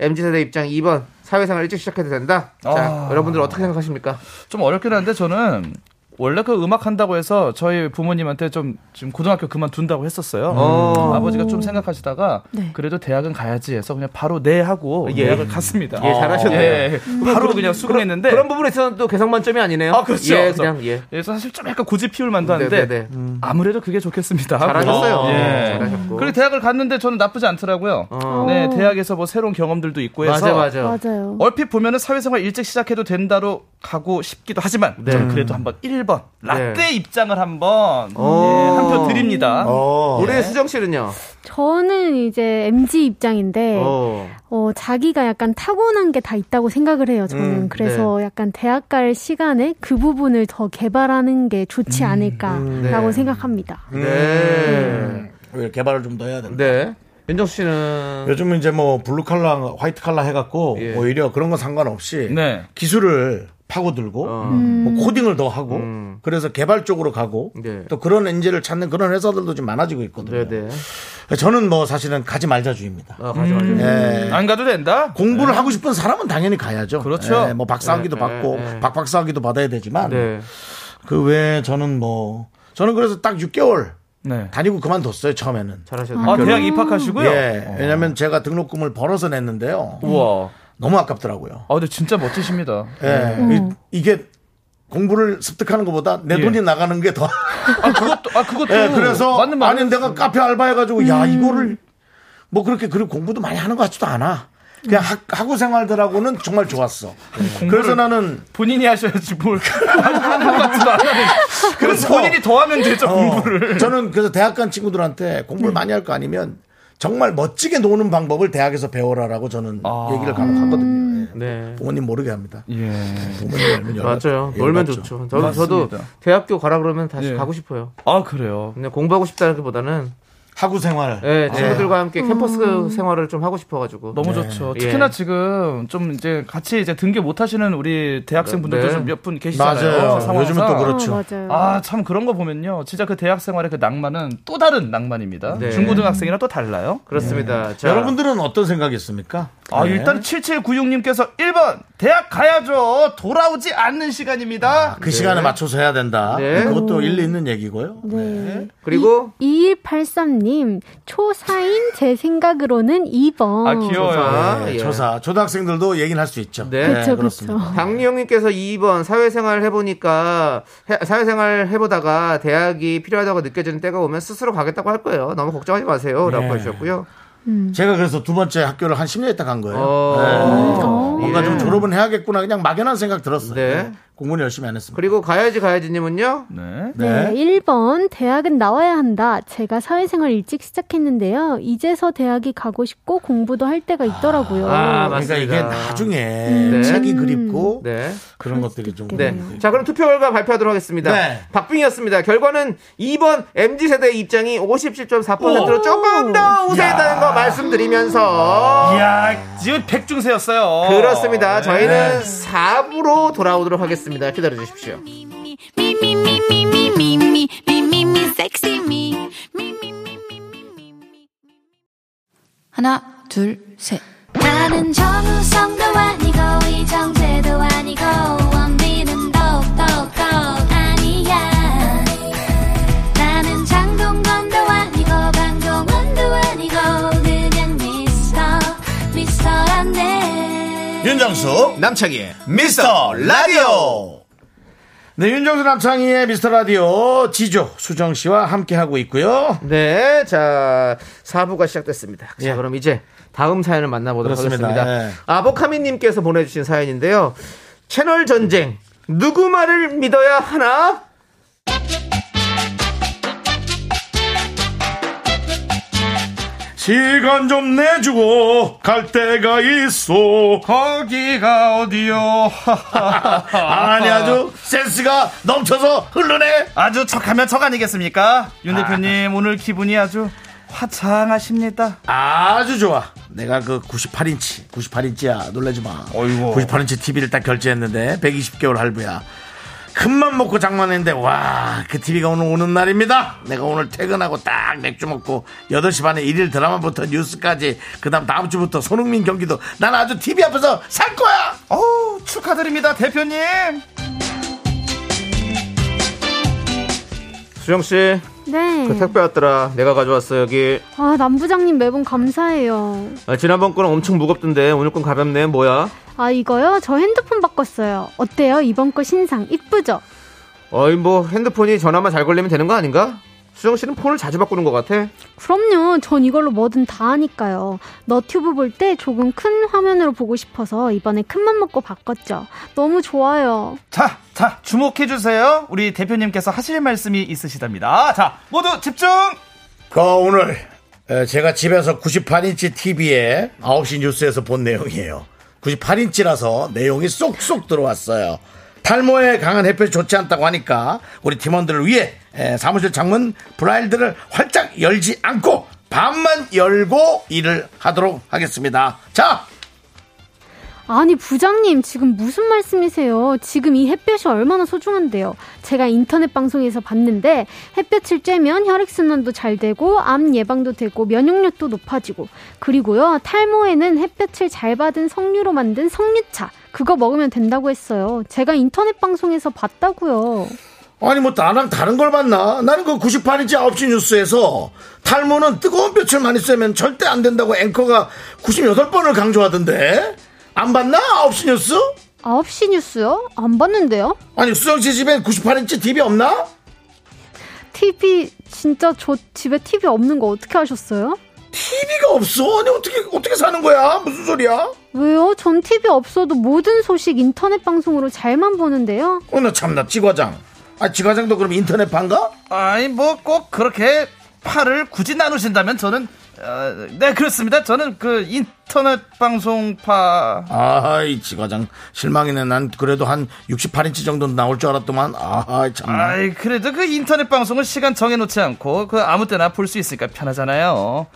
MZ 세대 입장 2번, 사회생활 일찍 시작해도 된다. 자,
아.
여러분들 어떻게 생각하십니까?
좀 어렵긴 한데 저는 원래 그 음악 한다고 해서 저희 부모님한테 좀 지금 고등학교 그만둔다고 했었어요.
어.
음. 아버지가 좀 생각하시다가
네.
그래도 대학은 가야지 해서 그냥 바로 네 하고
예.
대학을 갔습니다.
예, 잘하셨네요.
예, 바로 그냥 수긍했는데
그런 부분에 있어서는 또 개성 만점이 아니네요.
아 그렇죠.
예,
그래서-
그냥 예.
그래서 사실 좀 약간 고집 피울 만도 한데
네, 네, 네.
아무래도 그게 좋겠습니다.
잘하셨어요.
어,
네, 잘하셨고.
그리고 대학을 갔는데 저는 나쁘지 않더라고요.
어.
네, 대학에서 뭐 새로운 경험들도 있고 해서
맞아, 맞아.
맞아요.
얼핏 보면은 사회생활 일찍 시작해도 된다로 가고 싶기도 하지만 저는 네. 그래도 한번 1번 라떼
음. 네.
입장을 한번
오.
한 표 드립니다. 네.
어.
우리 수정 씨는요?
저는 이제 MG 입장인데
어.
어, 자기가 약간 타고난 게 다 있다고 생각을 해요. 저는 그래서 약간 대학 갈 시간에 그 부분을 더 개발하는 게 좋지 않을까라고
네.
생각합니다.
음.
네.
왜 개발을 좀 더 해야 된다.
네. 윤정수 씨는
요즘은 이제 뭐 블루 칼라, 화이트 칼라 해갖고
네.
뭐
예.
오히려 그런 건 상관없이
네.
기술을 파고들고
어.
뭐 코딩을 더 하고
음.
그래서 개발 쪽으로 가고
네.
또 그런 엔진을 찾는 그런 회사들도 좀 많아지고 있거든요.
네, 네.
저는 뭐 사실은 가지 말자주의입니다.
아, 가져가죠.
음.
예.
안 가도 된다? 예.
공부를 하고 싶은 사람은 당연히 가야죠.
그렇죠.
예, 뭐 박사학위도
예,
받고
예, 예.
박박사학위도 받아야 되지만
네.
그 외에 저는 뭐 저는 그래서 딱 6개월
네.
다니고 그만뒀어요 처음에는.
잘하셨네요.
아, 대학 입학하시고요? 어.
예. 왜냐면 제가 등록금을 벌어서 냈는데요.
우와.
너무 아깝더라고요.
아, 근데 진짜 멋지십니다.
예. 이, 게 공부를 습득하는 것보다 내
음. 예.
돈이 나가는 게 더.
아, 그것도, 아, 그것도.
예,
어,
그래서
맞는 말.
음.
아니 내가 카페 알바해가지고 야 이거를 뭐 그렇게 그리고 공부도 많이 하는 것 같지도 않아.
음.
그냥 학, 학우 생활들하고는 정말 좋았어. 예. 그래서 나는
본인이 하셔야지 뭘 하는 것 같지도 않아요. 그래서 본인이 더 하면 되죠
어,
공부를. 음.
저는 그래서 대학 간 친구들한테 공부를 많이 할 거 아니면 정말 멋지게 노는 방법을 대학에서 배워라라고 저는 얘기를 간혹 하거든요. 예.
네.
부모님 모르게 합니다.
아. 예.
부모님 알면 예, 열받-
맞아요. 놀면
열받죠.
좋죠. 저, 저도
맞습니다.
대학교 가라 그러면 다시
예.
가고 싶어요.
아 그래요. 아.
근데 공부하고 싶다기보다는
학우 생활.
예, 친구들과 함께 캠퍼스 생활을 좀 하고 싶어가지고
너무 좋죠.
예.
특히나 지금 좀 이제 같이 이제 등교 못 하시는 우리 대학생분들도
네.
좀 몇 분 계시잖아요.
맞아요.
상황상.
요즘은 또 그렇죠.
어, 맞아요.
아, 참 그런 거 보면요. 진짜 그 대학 생활의 그 낭만은 또 다른 낭만입니다.
네.
중고등학생이랑 또 달라요. 네.
그렇습니다. 자,
여러분들은 어떤 생각이 있습니까?
아,
네.
일단 7796님께서 1번 대학 가야죠. 돌아오지 않는 시간입니다.
그 시간에 맞춰서 해야 된다.
네.
그것도 일리 있는 얘기고요.
네.
그리고
2183님, 초사인 제 생각으로는 2번.
아, 귀여워요.
아,
네,
예.
조사 초등학생들도 얘기는 할 수 있죠.
네.
그쵸,
그렇습니다.
그쵸.
강리영님께서 2번 사회생활 해보니까 해- 사회생활 해보다가 대학이 필요하다고 느껴지는 때가 오면 스스로 가겠다고 할 거예요. 너무 걱정하지 마세요라고
네.
하셨고요.
음.
제가 그래서 두 번째 학교를 한 10년 있다 간 거예요.
어.
네. 뭔가
예.
좀 졸업은 해야겠구나 그냥 막연한 생각 들었어요.
네.
공부는 열심히 안 했습니다.
그리고 가야지 가야지님은요.
네.
네. 1번 대학은 나와야 한다. 제가 사회생활 일찍 시작했는데요. 이제서 대학이 가고 싶고 공부도 할 때가 있더라고요.
그러니까
아 맞습니다.
이게 나중에
음. 네.
책이 그립고
네.
그런 것들이 좀
네. 자, 그럼 투표 결과 발표하도록 하겠습니다.
네.
박빙이었습니다. 결과는 2번 MZ세대의 입장이 57.4%로 조금 더 우세했다는 거 말씀드리면서.
이야, 지금 백중세였어요.
네. 그렇습니다.
네.
저희는 4부로 돌아오도록 하겠습니다. 기다려주십시오.
미미 미미 미미 미미 미미 미미 섹시 미 미미
하나, 둘, 셋.
나는 정우성도 아니고 이정재도 아니고 원빈은 더욱더 아니야 나는 장동건도 아니고 강동원도 아니고 그냥 미스터 미스터란데
윤정수 남창희의 미스터 라디오 네 윤정수 남창희의 미스터 라디오 지조 수정 씨와 함께 하고 있고요
네, 자, 4부가 시작됐습니다.
예.
자, 그럼 이제 다음 사연을 만나보도록
그렇습니다.
하겠습니다.
예.
아보카미님께서 보내주신 사연인데요. 채널 전쟁, 누구 말을 믿어야 하나?
시간 좀 내주고 갈 데가 있어
거기가 어디요?
아니 아주 센스가 넘쳐서 흐르네
아주 척하면 척 아니겠습니까? 윤 대표님 오늘 기분이 아주 화창하십니다.
아주 좋아 내가 그 98인치 98인치야 놀라지 마
어이구.
98인치 TV를 딱 결제했는데 120개월 할부야 큰맘 먹고 장만했는데 와 그 TV가 오늘 오는 날입니다 내가 오늘 퇴근하고 딱 맥주 먹고 8시 반에 일일 드라마부터 뉴스까지 그 다음 다음 주부터 손흥민 경기도 난 아주 TV 앞에서 살 거야
어우 축하드립니다 대표님.
수정씨,
네.
그 택배 왔더라. 내가 가져왔어, 여기.
아, 남부장님 매번 감사해요.
아, 지난번 거는 엄청 무겁던데, 오늘 건 가볍네. 뭐야?
아, 이거요? 저 핸드폰 바꿨어요. 어때요? 이번 거 신상. 이쁘죠?
어이, 뭐, 핸드폰이 전화만 잘 걸리면 되는 거 아닌가? 수정씨는 폰을 자주 바꾸는 것 같아.
그럼요. 전 이걸로 뭐든 다 하니까요. 너튜브 볼 때 조금 큰 화면으로 보고 싶어서 이번에 큰맘 먹고 바꿨죠. 너무 좋아요.
자, 자 주목해 주세요. 우리 대표님께서 하실 말씀이 있으시답니다. 자 모두 집중.
그 오늘 에, 제가 집에서 98인치 TV에 9시 뉴스에서 본 내용이에요. 98인치라서 내용이 쏙쏙 들어왔어요. 탈모에 강한 햇볕이 좋지 않다고 하니까 우리 팀원들을 위해 에, 사무실 창문 브라일드를 활짝 열지 않고 반만 열고 일을 하도록 하겠습니다. 자,
아니, 부장님, 지금 무슨 말씀이세요? 지금 이 햇볕이 얼마나 소중한데요. 제가 인터넷 방송에서 봤는데, 햇볕을 쬐면 혈액순환도 잘 되고, 암 예방도 되고, 면역력도 높아지고, 그리고요, 탈모에는 햇볕을 잘 받은 석류로 만든 석류차. 그거 먹으면 된다고 했어요. 제가 인터넷 방송에서 봤다고요.
아니 뭐 나랑 다른 걸 봤나? 나는 그 98인치 9시 뉴스에서 탈모는 뜨거운 볕을 많이 쐬면 절대 안 된다고 앵커가 98번을 강조하던데 안 봤나 9시 뉴스?
9시 뉴스요? 안 봤는데요?
아니 수정 씨 집에 98인치 TV 없나?
TV, 진짜 저 집에 TV 없는 거 어떻게 아셨어요?
TV가 없어? 아니 어떻게 어떻게 사는 거야? 무슨 소리야?
왜요? 전 TV 없어도 모든 소식 인터넷 방송으로 잘만 보는데요.
어나 참나 지과장. 아 지과장도 그럼 인터넷 반가?
아니 뭐 꼭 그렇게 팔을 굳이 나누신다면 저는 어, 네 그렇습니다. 저는 그 인터넷 방송파
아이 지과장 실망이네. 난 그래도 한 68인치 정도 나올 줄 알았더만. 아이 참나.
아이 그래도 그 인터넷 방송은 시간 정해놓지 않고 그 아무 때나 볼 수 있으니까 편하잖아요.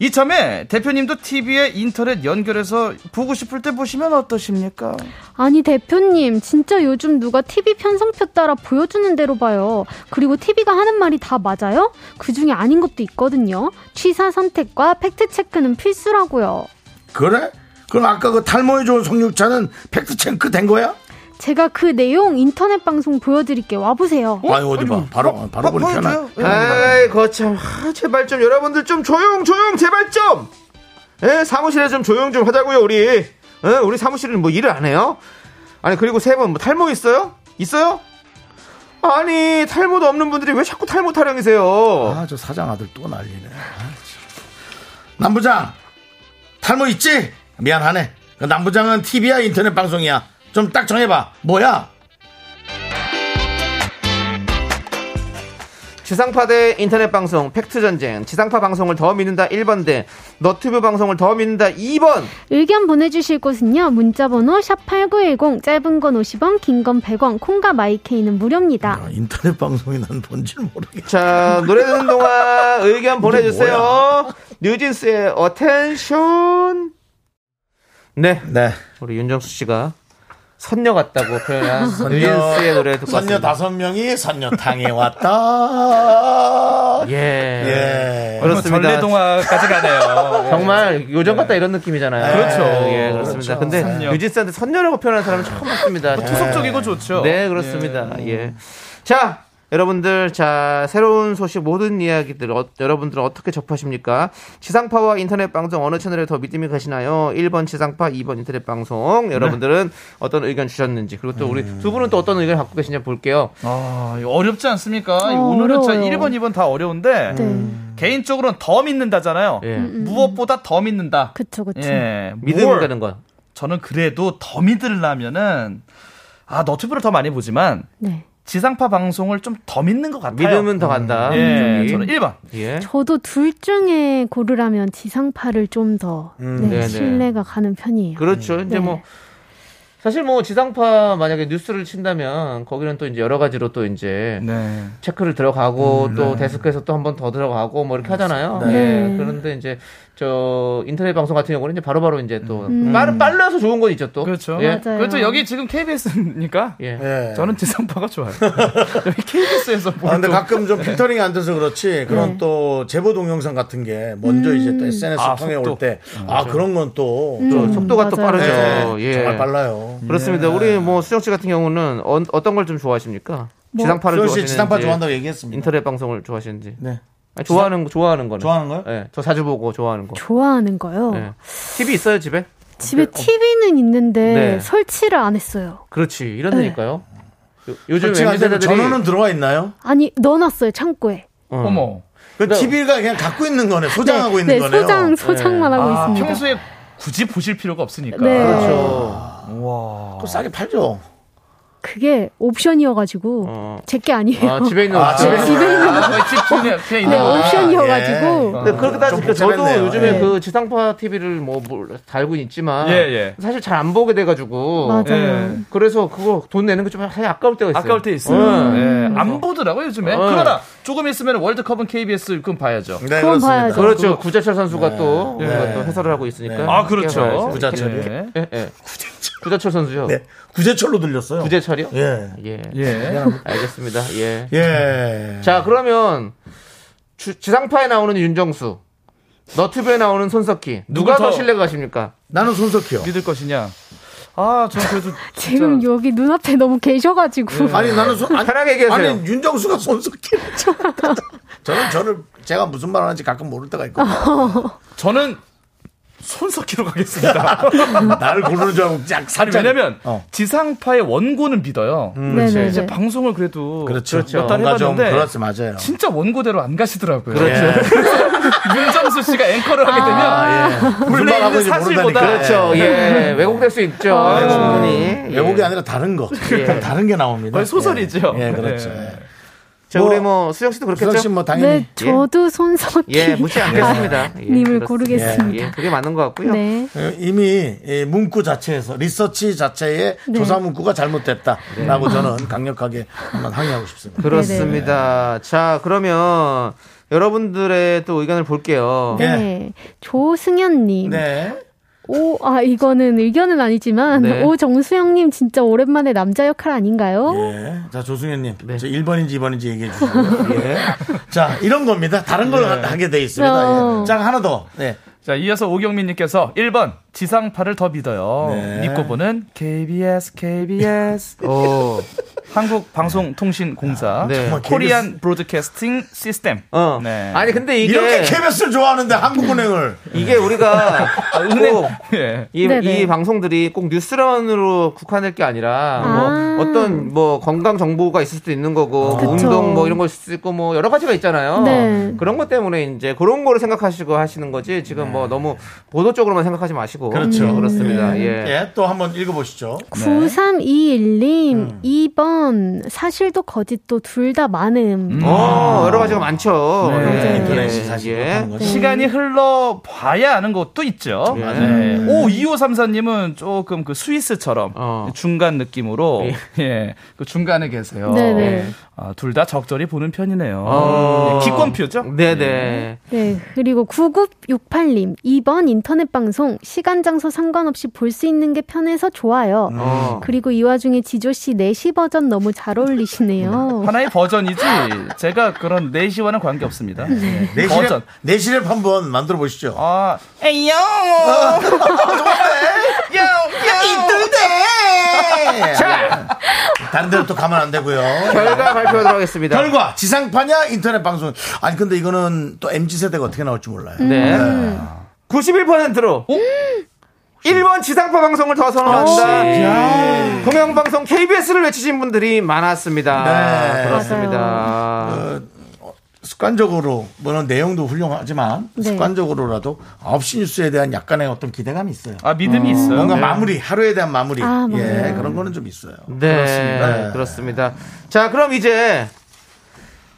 이참에 대표님도 TV에 인터넷 연결해서 보고 싶을 때 보시면 어떠십니까?
아니 대표님 진짜 요즘 누가 TV 편성표 따라 보여주는 대로 봐요. 그리고 TV가 하는 말이 다 맞아요? 그중에 아닌 것도 있거든요. 취사 선택과 팩트 체크는 필수라고요.
그래? 그럼 아까 그 탈모에 좋은 석류차는 팩트 체크 된 거야?
제가 그 내용 인터넷 방송 보여드릴게요. 와보세요.
뭐? 아유 어디 봐. 바로 바로 보니 뭐,
아,
편한.
아이 거참 아, 제발 좀 여러분들 좀 조용 조용 제발 좀 예, 사무실에 좀 조용 좀 하자고요 우리 예, 우리 사무실은 뭐 일을 안 해요 아니 그리고 세 번 뭐 탈모 있어요 있어요 아니 탈모도 없는 분들이 왜 자꾸 탈모 타령이세요
아 저 사장 아들 또 난리네. 아, 참. 남부장 탈모 있지? 미안하네. 그 남부장은 TV야 인터넷 방송이야. 좀 딱 정해봐. 뭐야?
지상파 대 인터넷 방송 팩트 전쟁 지상파 방송을 더 믿는다 1번 대 너튜브 방송을 더 믿는다 2번
의견 보내주실 곳은요. 문자번호 샵 #8910 짧은 건 50원, 긴 건 100원, 콩과 마이케이는 무료입니다.
아, 인터넷 방송이 난 뭔지 모르겠.
자 노래 듣는 동안 의견 보내주세요 뉴진스의 어텐션 네
네.
우리 윤정수 씨가 선녀 같다고 표현한
선녀.
뉴진스의 노래 듣고
선녀
왔습니다.
다섯 명이 선녀탕에 왔다.
예.
네.
예.
그렇습니다.
네, 전래동화까지 가네요. 네.
정말 요정 같다 이런 느낌이잖아요.
그렇죠.
예, 그렇습니다. 근데
선녀.
뉴진스한테 선녀라고 표현한 사람은 처음 봤습니다.
투속적이고 좋죠.
네, 그렇습니다. 예. 자, 여러분들, 자, 새로운 소식, 모든 이야기들, 어, 여러분들은 어떻게 접하십니까? 지상파와 인터넷 방송 어느 채널에 더 믿음이 가시나요? 1번 지상파, 2번 인터넷
네.
방송. 여러분들은 어떤 의견 주셨는지, 그리고 또 우리
음.
두 분은 또 어떤 의견 갖고 계신지 볼게요.
아, 이거 어렵지 않습니까? 이거
어,
오늘은 저
어려워요.
1번, 2번 다 어려운데
네. 음,
개인적으로는 더 믿는다잖아요.
예.
무엇보다 더 믿는다.
그쵸 그쵸.
예,
믿음이
음. 뭘
가는 건.
저는 그래도 더 믿으려면은 아 너튜브를 더 많이 보지만
네.
지상파 방송을 좀 더 믿는 것 같아요.
믿음은 더 간다.
예,
분명히.
저는 1번.
예.
저도 둘 중에 고르라면 지상파를 좀 더
네네.
신뢰가 가는 편이에요.
그렇죠. 이제
네.
뭐 사실 뭐 지상파 만약에 뉴스를 친다면 거기는 또 이제 여러 가지로 또 이제
음.
네.
체크를 들어가고 또
네.
데스크에서 또 한 번 더 들어가고 뭐 이렇게 하잖아요.
네.
예. 그런데 이제 저 인터넷 방송 같은 경우는 이제 바로바로 이제 또
음.
빠르 빨라서 좋은 건 있죠 또.
그렇죠.
예.
맞아요.
그렇죠. 여기 지금 KBS니까
예.
예.
저는 지상파가 좋아요. 여기 KBS에서 네.
아,
보는
근데 가끔 좀 필터링이 안 돼서 그렇지
네.
그런 또 제보 동영상 같은 게 먼저 이제
음.
또 SNS
아,
통해 올
속도. 그렇죠.
때 아 그런 건또 네.
또 속도가 또
맞아요.
빠르죠. 예.
음. 정말 빨라요. 네.
그렇습니다. 우리 뭐 수정 씨 같은 경우는 어, 떤 걸 좀 좋아하십니까? 지상파를
뭐 수현 씨
좋아하시는지
지상파 좋아한다고 얘기했습니다.
인터넷 방송을 좋아하시는지.
네.
아니, 좋아하는 거 좋아하는 거는.
좋아하는 거요?
예. 저 자주 보고 좋아하는 거.
좋아하는 거요.
예. TV 있어요 집에?
어. 집에 TV는 있는데
네.
설치를 안 했어요.
그렇지
네.
이런다니까요. 요- 요즘
지금 안 되면
MZ세대들이
전원은 들어와 있나요?
아니 넣어놨어요 창고에.
어머.
그
네.
TV가 그냥 갖고 있는 거네. 소장하고 있는
네,
거네요.
소장 소장만 하고
아,
있습니다.
평소에 굳이 보실 필요가 없으니까.
네.
그렇죠.
어. 그거 싸게 팔죠.
그게 옵션이어가지고
어.
제 게 아니에요.
아, 집에 있는
아, 집에
옷들.
네, 집에 있는
아, 거의 집 중에 그냥
네,
있는 거.
옵션이어가지고
근데 그렇게 따지니까
좀
저도
복잡했네요.
요즘에
예.
그 지상파 TV를 뭐 물- 달고 있지만
예, 예.
사실 잘 안 보게 돼가지고 네.
맞아요.
예.
그래서 그거 돈 내는 게 좀 아까울 때가 있어요.
아까울 때 있어요.
음.
예, 안 보더라고요, 요즘에.
어.
그러나 조금 있으면 월드컵은 KBS 그럼 봐야죠.
네,
그건
그렇습니다.
봐야죠.
그렇죠. 구자철 선수가 또, 우리가 또 해설을 하고 있으니까.
아, 그렇죠.
깨봐야죠.
구자철이요?
예.
예, 예. 구자철 선수요.
네. 구제철로 들렸어요.
구제철이요?
예.
예.
예.
알겠습니다. 예.
예.
자, 그러면 주- 지상파에 나오는 윤정수, 너튜브에 나오는 손석희 누가
누구
더
더-
신뢰가 가십니까?
나는 손석희요.
믿을 것이냐? 아, 전 그래도
지금 여기 눈앞에 너무 계셔가지고
음, 아니 나는 손 아니,
편하게 얘기하세요.
아니 윤정수가 손석희. 저는 저를 제가 무슨 말 하는지 가끔 모를 때가 있거든요.
저는 손석희로 가겠습니다.
나를 고르는 줄 알고 쫙
아니
살짝.
왜냐면
어.
지상파의 원고는 믿어요.
음. 네네.
이제 방송을 그래도
그렇죠.
몇 달
뭔가 좀
해봤는데
그렇지 맞아요.
진짜 원고대로 안 가시더라고요.
예.
문정수 씨가 앵커를 하게 되면
아, 예.
무슨
원래
말 하고
있는
있는지 모른다니까.
사실보다
그렇죠. 예.
음.
왜곡될 수 있죠. 충분히.
예.
예.
외국이 아니라 다른 거. 그냥 다른 게 나옵니다.
예. 거의 소설이죠.
예, 예, 그렇죠.
예.
자, 우리 뭐 수정 씨도 그렇겠죠?
수정 씨뭐 당연히
네, 저도 손석희
예, 무시 않겠습니다. 예,
님을
그렇습니다.
고르겠습니다.
예, 그게 맞는 것 같고요.
네.
어, 이미 이 문구 자체에서 리서치 자체의
네.
조사 문구가 잘못됐다라고
네.
저는 강력하게 한번 항의하고 싶습니다.
그렇습니다.
네,
자, 그러면 여러분들의 또 의견을 볼게요.
예.
네. 조승현님.
네.
오, 아, 이거는 의견은 아니지만,
네.
오, 정수영님 진짜 오랜만에 남자 역할 아닌가요?
예. 자, 조승현님.
네.
저 1번인지 2번인지 얘기해 주시고요. 예. 자, 이런 겁니다. 다른 걸
네.
하게 돼 있습니다.
어.
예. 자, 하나 더. 네.
자, 이어서 오경민님께서 1번 지상파를 더 믿어요.
네.
믿고 보는 KBS, KBS,
어,
한국방송통신공사,
네. 정말
코리안 브로드캐스팅 시스템.
어.
네.
아니 근데 이게
이렇게 KBS를 좋아하는데 한국은행을.
이게 우리가
아,
꼭
예.
이,
네네.
이 방송들이 꼭 뉴스런으로 국한될 게 아니라
아.
뭐 어떤 뭐 건강 정보가 있을 수도 있는 거고 뭐
그쵸.
운동 뭐 이런 걸 있을 수 있고 뭐 여러 가지가 있잖아요.
네.
그런 것 때문에 이제 그런 거를 생각하시고 하시는 거지 지금 뭐 너무 보도 쪽으로만 생각하지
네.
마시고
그렇죠.
음.
예, 그렇습니다. 예.
예. 또 한번 읽어 보시죠.
9321님, 2번, 사실도 거짓도 둘 다 많음.
어 여러 가지가 많죠. 예.
네.
인터넷이 사실 못하는 거죠.
시간이 흘러 봐야 아는 것도 있죠.
예.
네. 오 2534님은 조금 그 스위스처럼
어.
중간 느낌으로 예, 그 중간에 계세요.
네네.
아, 둘 다 적절히 보는 편이네요.
어.
예, 기권표죠?
예.
네네.
네, 그리고 9968님, 2번 인터넷 방송, 시간, 장소 상관없이 볼 수 있는 게 편해서 좋아요.
음.
어.
그리고 이 와중에 지조씨 4시 버전 너무 잘
음.
어울리시네요.
하나의 버전이지 제가 그런 내시와는 관계 없습니다.
네.
네, 버전.
내실에 내실에 한번 만들어 보시죠.
아, 에이요!
이뜰대 자! 네. 다른 데로 또 가면 안 되고요.
결과 발표하도록 하겠습니다.
결과! 지상파냐? 인터넷 방송. 아니, 근데 이거는 또 MG세대가 어떻게 나올지 몰라요.
네. 어? 91%로 1번 지상파 방송을 더 선호한다. 공영방송 KBS를 외치신 분들이 많았습니다.
네.
그렇습니다.
습관적으로, 물론 내용도 훌륭하지만,
네.
습관적으로라도 9시 뉴스에 대한 약간의 어떤 기대감이 있어요.
아, 믿음이 있어요.
뭔가
네.
마무리, 하루에 대한 마무리.
아,
예,
맞아요.
그런 거는 좀 있어요.
네. 그렇습니다. 그렇습니다. 자, 그럼 이제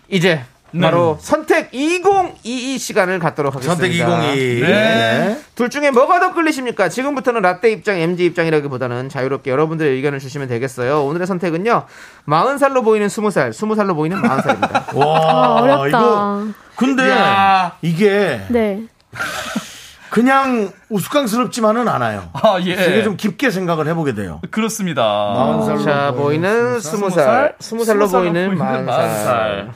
이제 바로 선택 2022 시간을 갖도록 하겠습니다.
선택 202.
네.
둘 중에 뭐가 더 끌리십니까? 지금부터는 라떼 입장, MG 입장이라기보다는 자유롭게 여러분들의 의견을 주시면 되겠어요. 오늘의 선택은요. 40살로 보이는 20살, 20살로 보이는 40살입니다.
와,
아, 어렵다.
근데, 이게,
네.
그냥 우스꽝스럽지만은 않아요.
아, 예.
되게 좀 깊게 생각을 해보게 돼요.
그렇습니다.
자, 보이는 20살, 20살로 보이는 40살.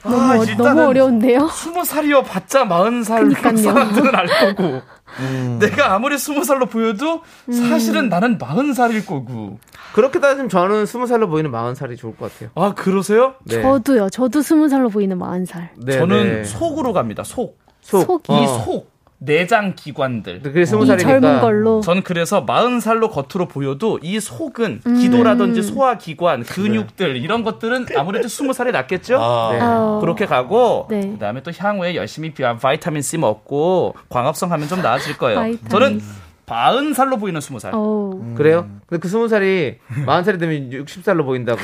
너무,
어, 너무 어려운데요?
스무 살이어 봤자 마흔 살
그니까요.
사람들은 알 거고
음.
내가 아무리 스무 살로 보여도
음.
사실은 나는 마흔 살일 거고
그렇게 따지면 저는 20살로 보이는 40살이 좋을 것 같아요.
아 그러세요?
네.
저도요. 저도 스무 살로 보이는 40살.
네,
저는
네.
속으로 갑니다. 속.
속.
속이
이
어.
속. 내장 기관들.
그게
이
20살이니까.
젊은 걸로.
전 그래서 마흔 살로 겉으로 보여도 이 속은
음.
기도라든지 소화기관, 근육들 이런 것들은 아무래도 스무 살이 낫겠죠?
네.
아,
그렇게 가고
네.
그다음에 또 향후에 열심히 비- 바이타민 C 먹고 광합성 하면 좀 나아질 거예요.
바이타민
저는 마흔 살로 보이는 스무 살.
어우.
그래요? 근데 그 20살이 40살이 되면 60살로 보인다고.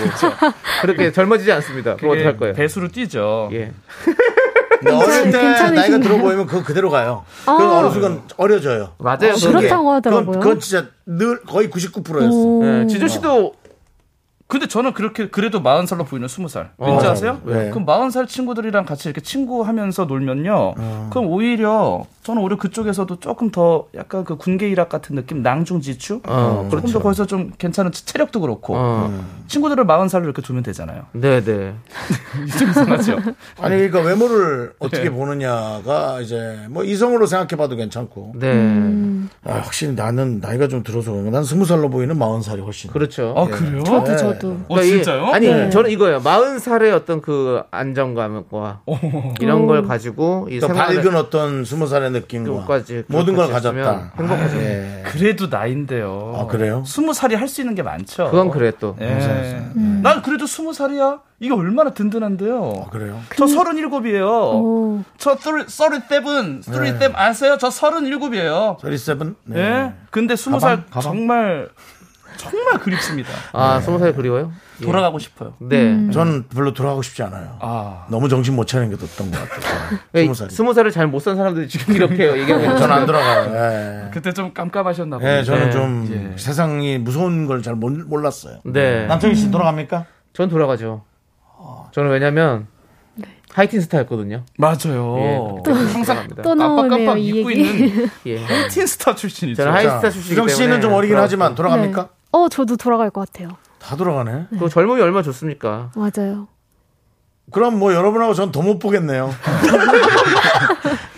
그렇게 젊어지지 않습니다. 그럼 어떡할 거예요?
배수로 뛰죠.
예.
근데 어릴 때
네, 괜찮으신가요?
나이가 들어 보이면 그거 그대로 가요. 그건 어느 순간 어려져요.
맞아요.
어,
그게.
그렇다고
그건,
하더라고요.
그건 진짜 늘 거의 99%였어.
오.
네, 지조 씨도
근데 저는 그렇게 그래도 마흔 살로 보이는 스무 살. 왠지
어,
아세요? 네.
왜?
그럼 마흔 살 친구들이랑 같이 이렇게 친구하면서 놀면요.
아.
그럼 오히려 저는 오히려 그쪽에서도 조금 더 약간 그 군계 일학 같은 느낌, 낭중지추.
아,
조금
그렇죠.
더 거기서 좀 괜찮은 체력도 그렇고
어.
친구들을 마흔 살로 이렇게 두면 되잖아요.
네, 네.
좀 이상하죠.
아니 그러니까 외모를 어떻게
네.
보느냐가 이제 뭐 이성으로 생각해봐도 괜찮고
네.
음.
아, 확실히 나는 나이가 좀 들어서 그런가 난 스무 살로 보이는 마흔 살이 훨씬
그렇죠.
예.
아 그래요?
저도 저도.
어,
그러니까 이게-
진짜요?
아니,
네.
저는 이거예요. 40살의 어떤 그 안정감과 이런 걸 가지고 이
그러니까
생활을
밝은 어떤 스무 살의 느낌과
끝까지
모든 걸
같이 했으면
가졌다.
행복하죠.
예.
그래도 나인데요.
아, 그래요?
스무 살이 할 수 있는 게 많죠.
그건 그래 또.
예. 난 그래도 스무 살이야. 이게 얼마나 든든한데요.
아, 그래요?
저 서른일곱이에요.
오.
저 서른세븐, 서른세븐 아세요? 저 서른일곱이에요.
37? 네.
예. 근데 스무 살
가방? 예. 가방?
정말 정말 그립습니다.
아
네.
스무 살 그리워요? 예.
돌아가고 싶어요.
네.
저는 별로 돌아가고 싶지 않아요.
아.
너무 정신 못 차리는 게 떴던 것 같아요.
왜
스무 살.
스무 살을 잘 못 산 사람들이 지금 이렇게 얘기하고 있는
전안 돌아가요. 예.
그때 좀 깜깜하셨나
예,
보네요.
저는
네.
좀 세상이 무서운 걸 잘 몰랐어요.
네.
남창희 씨 돌아갑니까?
전 돌아가죠. 저는 왜냐면
네.
하이틴 스타였거든요.
맞아요.
예.
또
항상
또 나오네요
깜빡깜빡
이
입고
얘기.
있는
예.
틴스타 출신이죠.
저는 하이
자,
스타 출신이기
수정
때문에.
씨는 좀 어리긴 하지만 돌아갑니까?
네. 어, 저도 돌아갈 것 같아요.
다 돌아가네.
그 젊음이 얼마나 좋습니까?
맞아요.
그럼 뭐 여러분하고 전 더 못 보겠네요.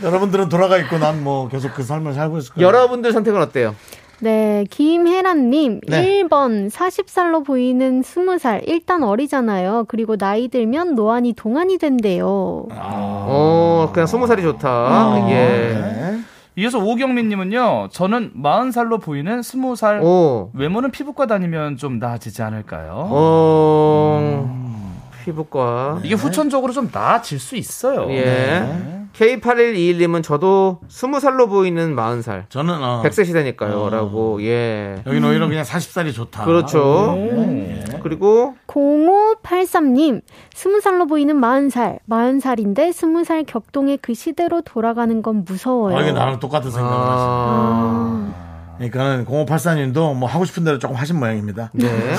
여러분들은 돌아가 있고 난 뭐 계속 그 삶을 살고 있을 거예요.
여러분들 선택은 어때요?
네, 김혜란님.
네.
1번, 40살로 보이는 20살. 일단 어리잖아요. 그리고 나이 들면 노안이 동안이 된대요.
아.
어, 그냥 스무 살이 좋다. 예.
네.
이어서 오경민님은요. 저는 40살로
네.
보이는 20살
오.
외모는 피부과 다니면 좀 나아지지 않을까요?
음.
어. 피부과.
네.
이게 후천적으로 좀 나아질 수 있어요.
예. K8121님은 저도 스무 살로 보이는 마흔 살.
저는 어,
백세 시대니까요. 라고, 예.
여기는 오히려 그냥 40살이 좋다.
그렇죠.
오.
네.
그리고,
0583님, 20살로 보이는 40살. 40살인데 20살 격동의 그 시대로 돌아가는 건 무서워요.
아, 이게 나랑 똑같은 생각을 하시네.
아,
그러니까는 0584님도 뭐 하고 싶은 대로 조금 하신 모양입니다.
네.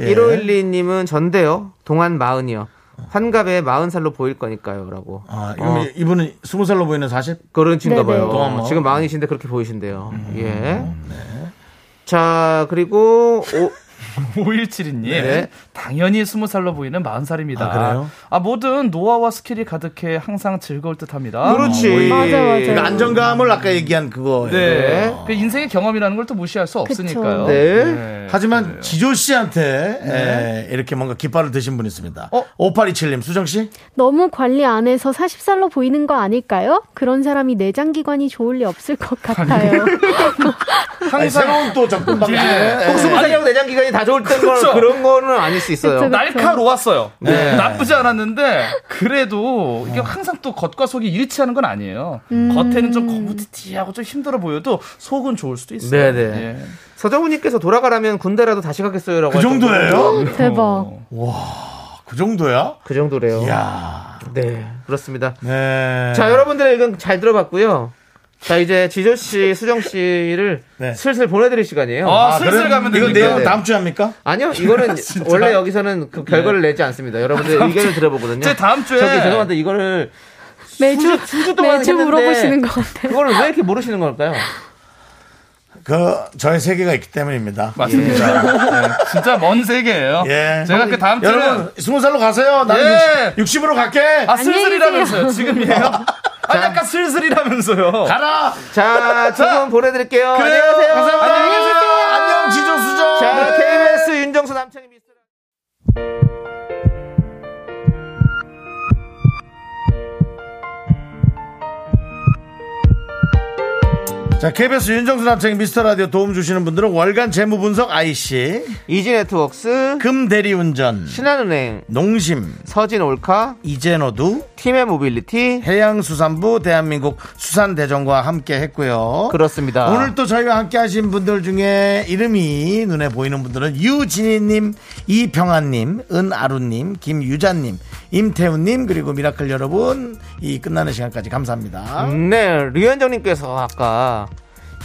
예.
1512님은 전데요. 동안 마흔이요. 환갑에 마흔 살로 보일 거니까요. 라고.
아, 이분,
어.
이분은 20살로 보이는 40?
그런 친가
네네.
동안
봐요.
마흔.
지금 마흔이신데 그렇게 보이신대요.
음,
예.
네.
자, 그리고, 오,
5172님.
네.
당연히 20살로 보이는 40살입니다.
아, 그래요?
뭐든 노하와 스킬이 가득해 항상 즐거울 듯 합니다.
그렇죠.
그렇지.
맞아, 맞아.
그러니까 안정감을 아까 얘기한 그거예요.
네. 그 인생의 경험이라는 걸 또 무시할 수
그쵸.
없으니까요.
네.
하지만 지조 씨한테 에, 이렇게 뭔가 깃발을 드신 분이 있습니다.
어?
5827님, 수정 씨?
너무 관리 안 해서 40살로 보이는 거 아닐까요? 그런 사람이 내장기관이 좋을 리 없을 것 같아요.
아니,
항상
새로운 또 접근 방식이네.
꼭 스무 살이라고 내장기관이 다 좋을 땐 건,
그쵸.
그런 거는 아닐 수 있어요.
그쵸,
날카로웠어요.
네.
나쁘지 않았는데 그래도 이게 항상 또 겉과 속이 일치하는 건 아니에요.
음.
겉에는 좀 거무튀튀하고 좀 힘들어 보여도 속은 좋을 수도 있어요.
네네.
예.
서정훈님께서 돌아가라면 군대라도 다시 가겠어요라고.
그 정도예요? 어.
대박.
그 정도야?
그 정도래요.
야
네, 그렇습니다.
네.
자, 여러분들의 의견 잘 들어봤고요. 자, 이제 지조 씨, 수정 씨를
네.
슬슬 보내드릴 시간이에요.
아, 슬슬
그럼
가면
이거
됩니까?
내용
네.
다음 주에 합니까?
아니요, 이거는 원래 여기서는 그 결과를 내지 않습니다. 여러분들 의견을 들어보거든요.
제 다음 주에-
저기 죄송한데 이거를
매주,
수주- 수주 동안
매주
했는데
물어보시는 것 같아요.
그거를 왜 이렇게 모르시는 걸까요?
그 저의 세계가 있기 때문입니다.
예.
맞습니다. 네, 진짜 먼 세계예요.
예.
제가 그 다음 주는
여러분 스무 살로 가세요. 나는
예.
60, 으로 갈게.
아
안녕히
슬슬이라면서요. 지금이에요? 아니 아까 슬슬이라면서요.
가라.
자, 지금 보내드릴게요. 어, 안녕하세요.
감사합니다.
안녕히 계세요.
안녕 지조 수정.
자, KBS 아, 윤정수 남창희 미스
자, KBS 윤정수 남창 미스터 라디오 도움 주시는 분들은 월간 재무 분석 IC,
이지 네트웍스
금 대리운전,
신한은행
농심,
서진 올카
이젠어두,
팀의 모빌리티
해양수산부 대한민국 수산대전과 함께 했고요.
그렇습니다.
오늘 또 저희와 함께 하신 분들 중에 이름이 눈에 보이는 분들은 유진희님, 이평아님, 은아루님, 김유자님, 임태훈님, 그리고 미라클 여러분, 이 끝나는 시간까지 감사합니다.
네, 류현정님께서 아까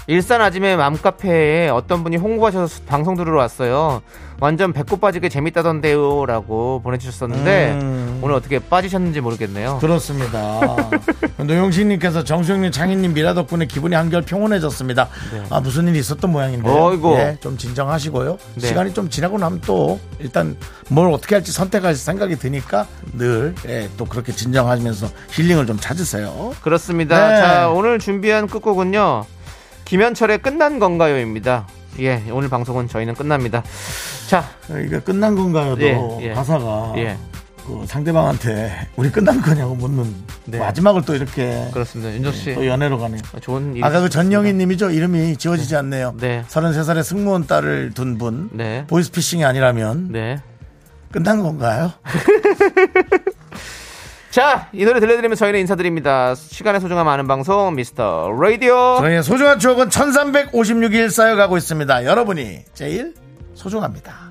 일산 아침에 맘카페에 어떤 분이 홍보하셔서 방송 들으러 왔어요. 완전 배꼽 빠지게 재밌다던데요라고 보내주셨었는데 오늘 어떻게 빠지셨는지 모르겠네요.
그렇습니다. 노용식님께서 정수영님, 장인님 미라 덕분에 기분이 한결 평온해졌습니다. 아 무슨 일이 있었던 모양인데요.
네. 어이구.
예, 좀 진정하시고요.
네.
시간이 좀 지나고 나면 또 일단 뭘 어떻게 할지 선택할 생각이 드니까 늘 예, 또 그렇게 진정하시면서 힐링을 좀 찾으세요.
그렇습니다.
네.
자, 오늘 준비한 끝곡은요. 김현철의 끝난 건가요입니다. 예, 오늘 방송은 저희는 끝납니다. 자,
이거 그러니까 끝난 건가요?
예, 예.
가사가
예.
그 상대방한테 우리 끝난 거냐고 묻는
네.
마지막을 또 이렇게
그렇습니다. 윤정 씨
또 연애로 가네요.
좋은 일.
아까 그 전영희 님이죠? 이름이 지워지지 않네요.
네.
33살의 승무원 딸을 둔 분.
네.
보이스피싱이 아니라면
네.
끝난 건가요?
자, 이 노래 들려드리면 저희는 인사드립니다. 시간의 소중함 아는 방송 미스터 라디오.
저희의 소중한 추억은 1356일 쌓여가고 있습니다. 여러분이 제일 소중합니다.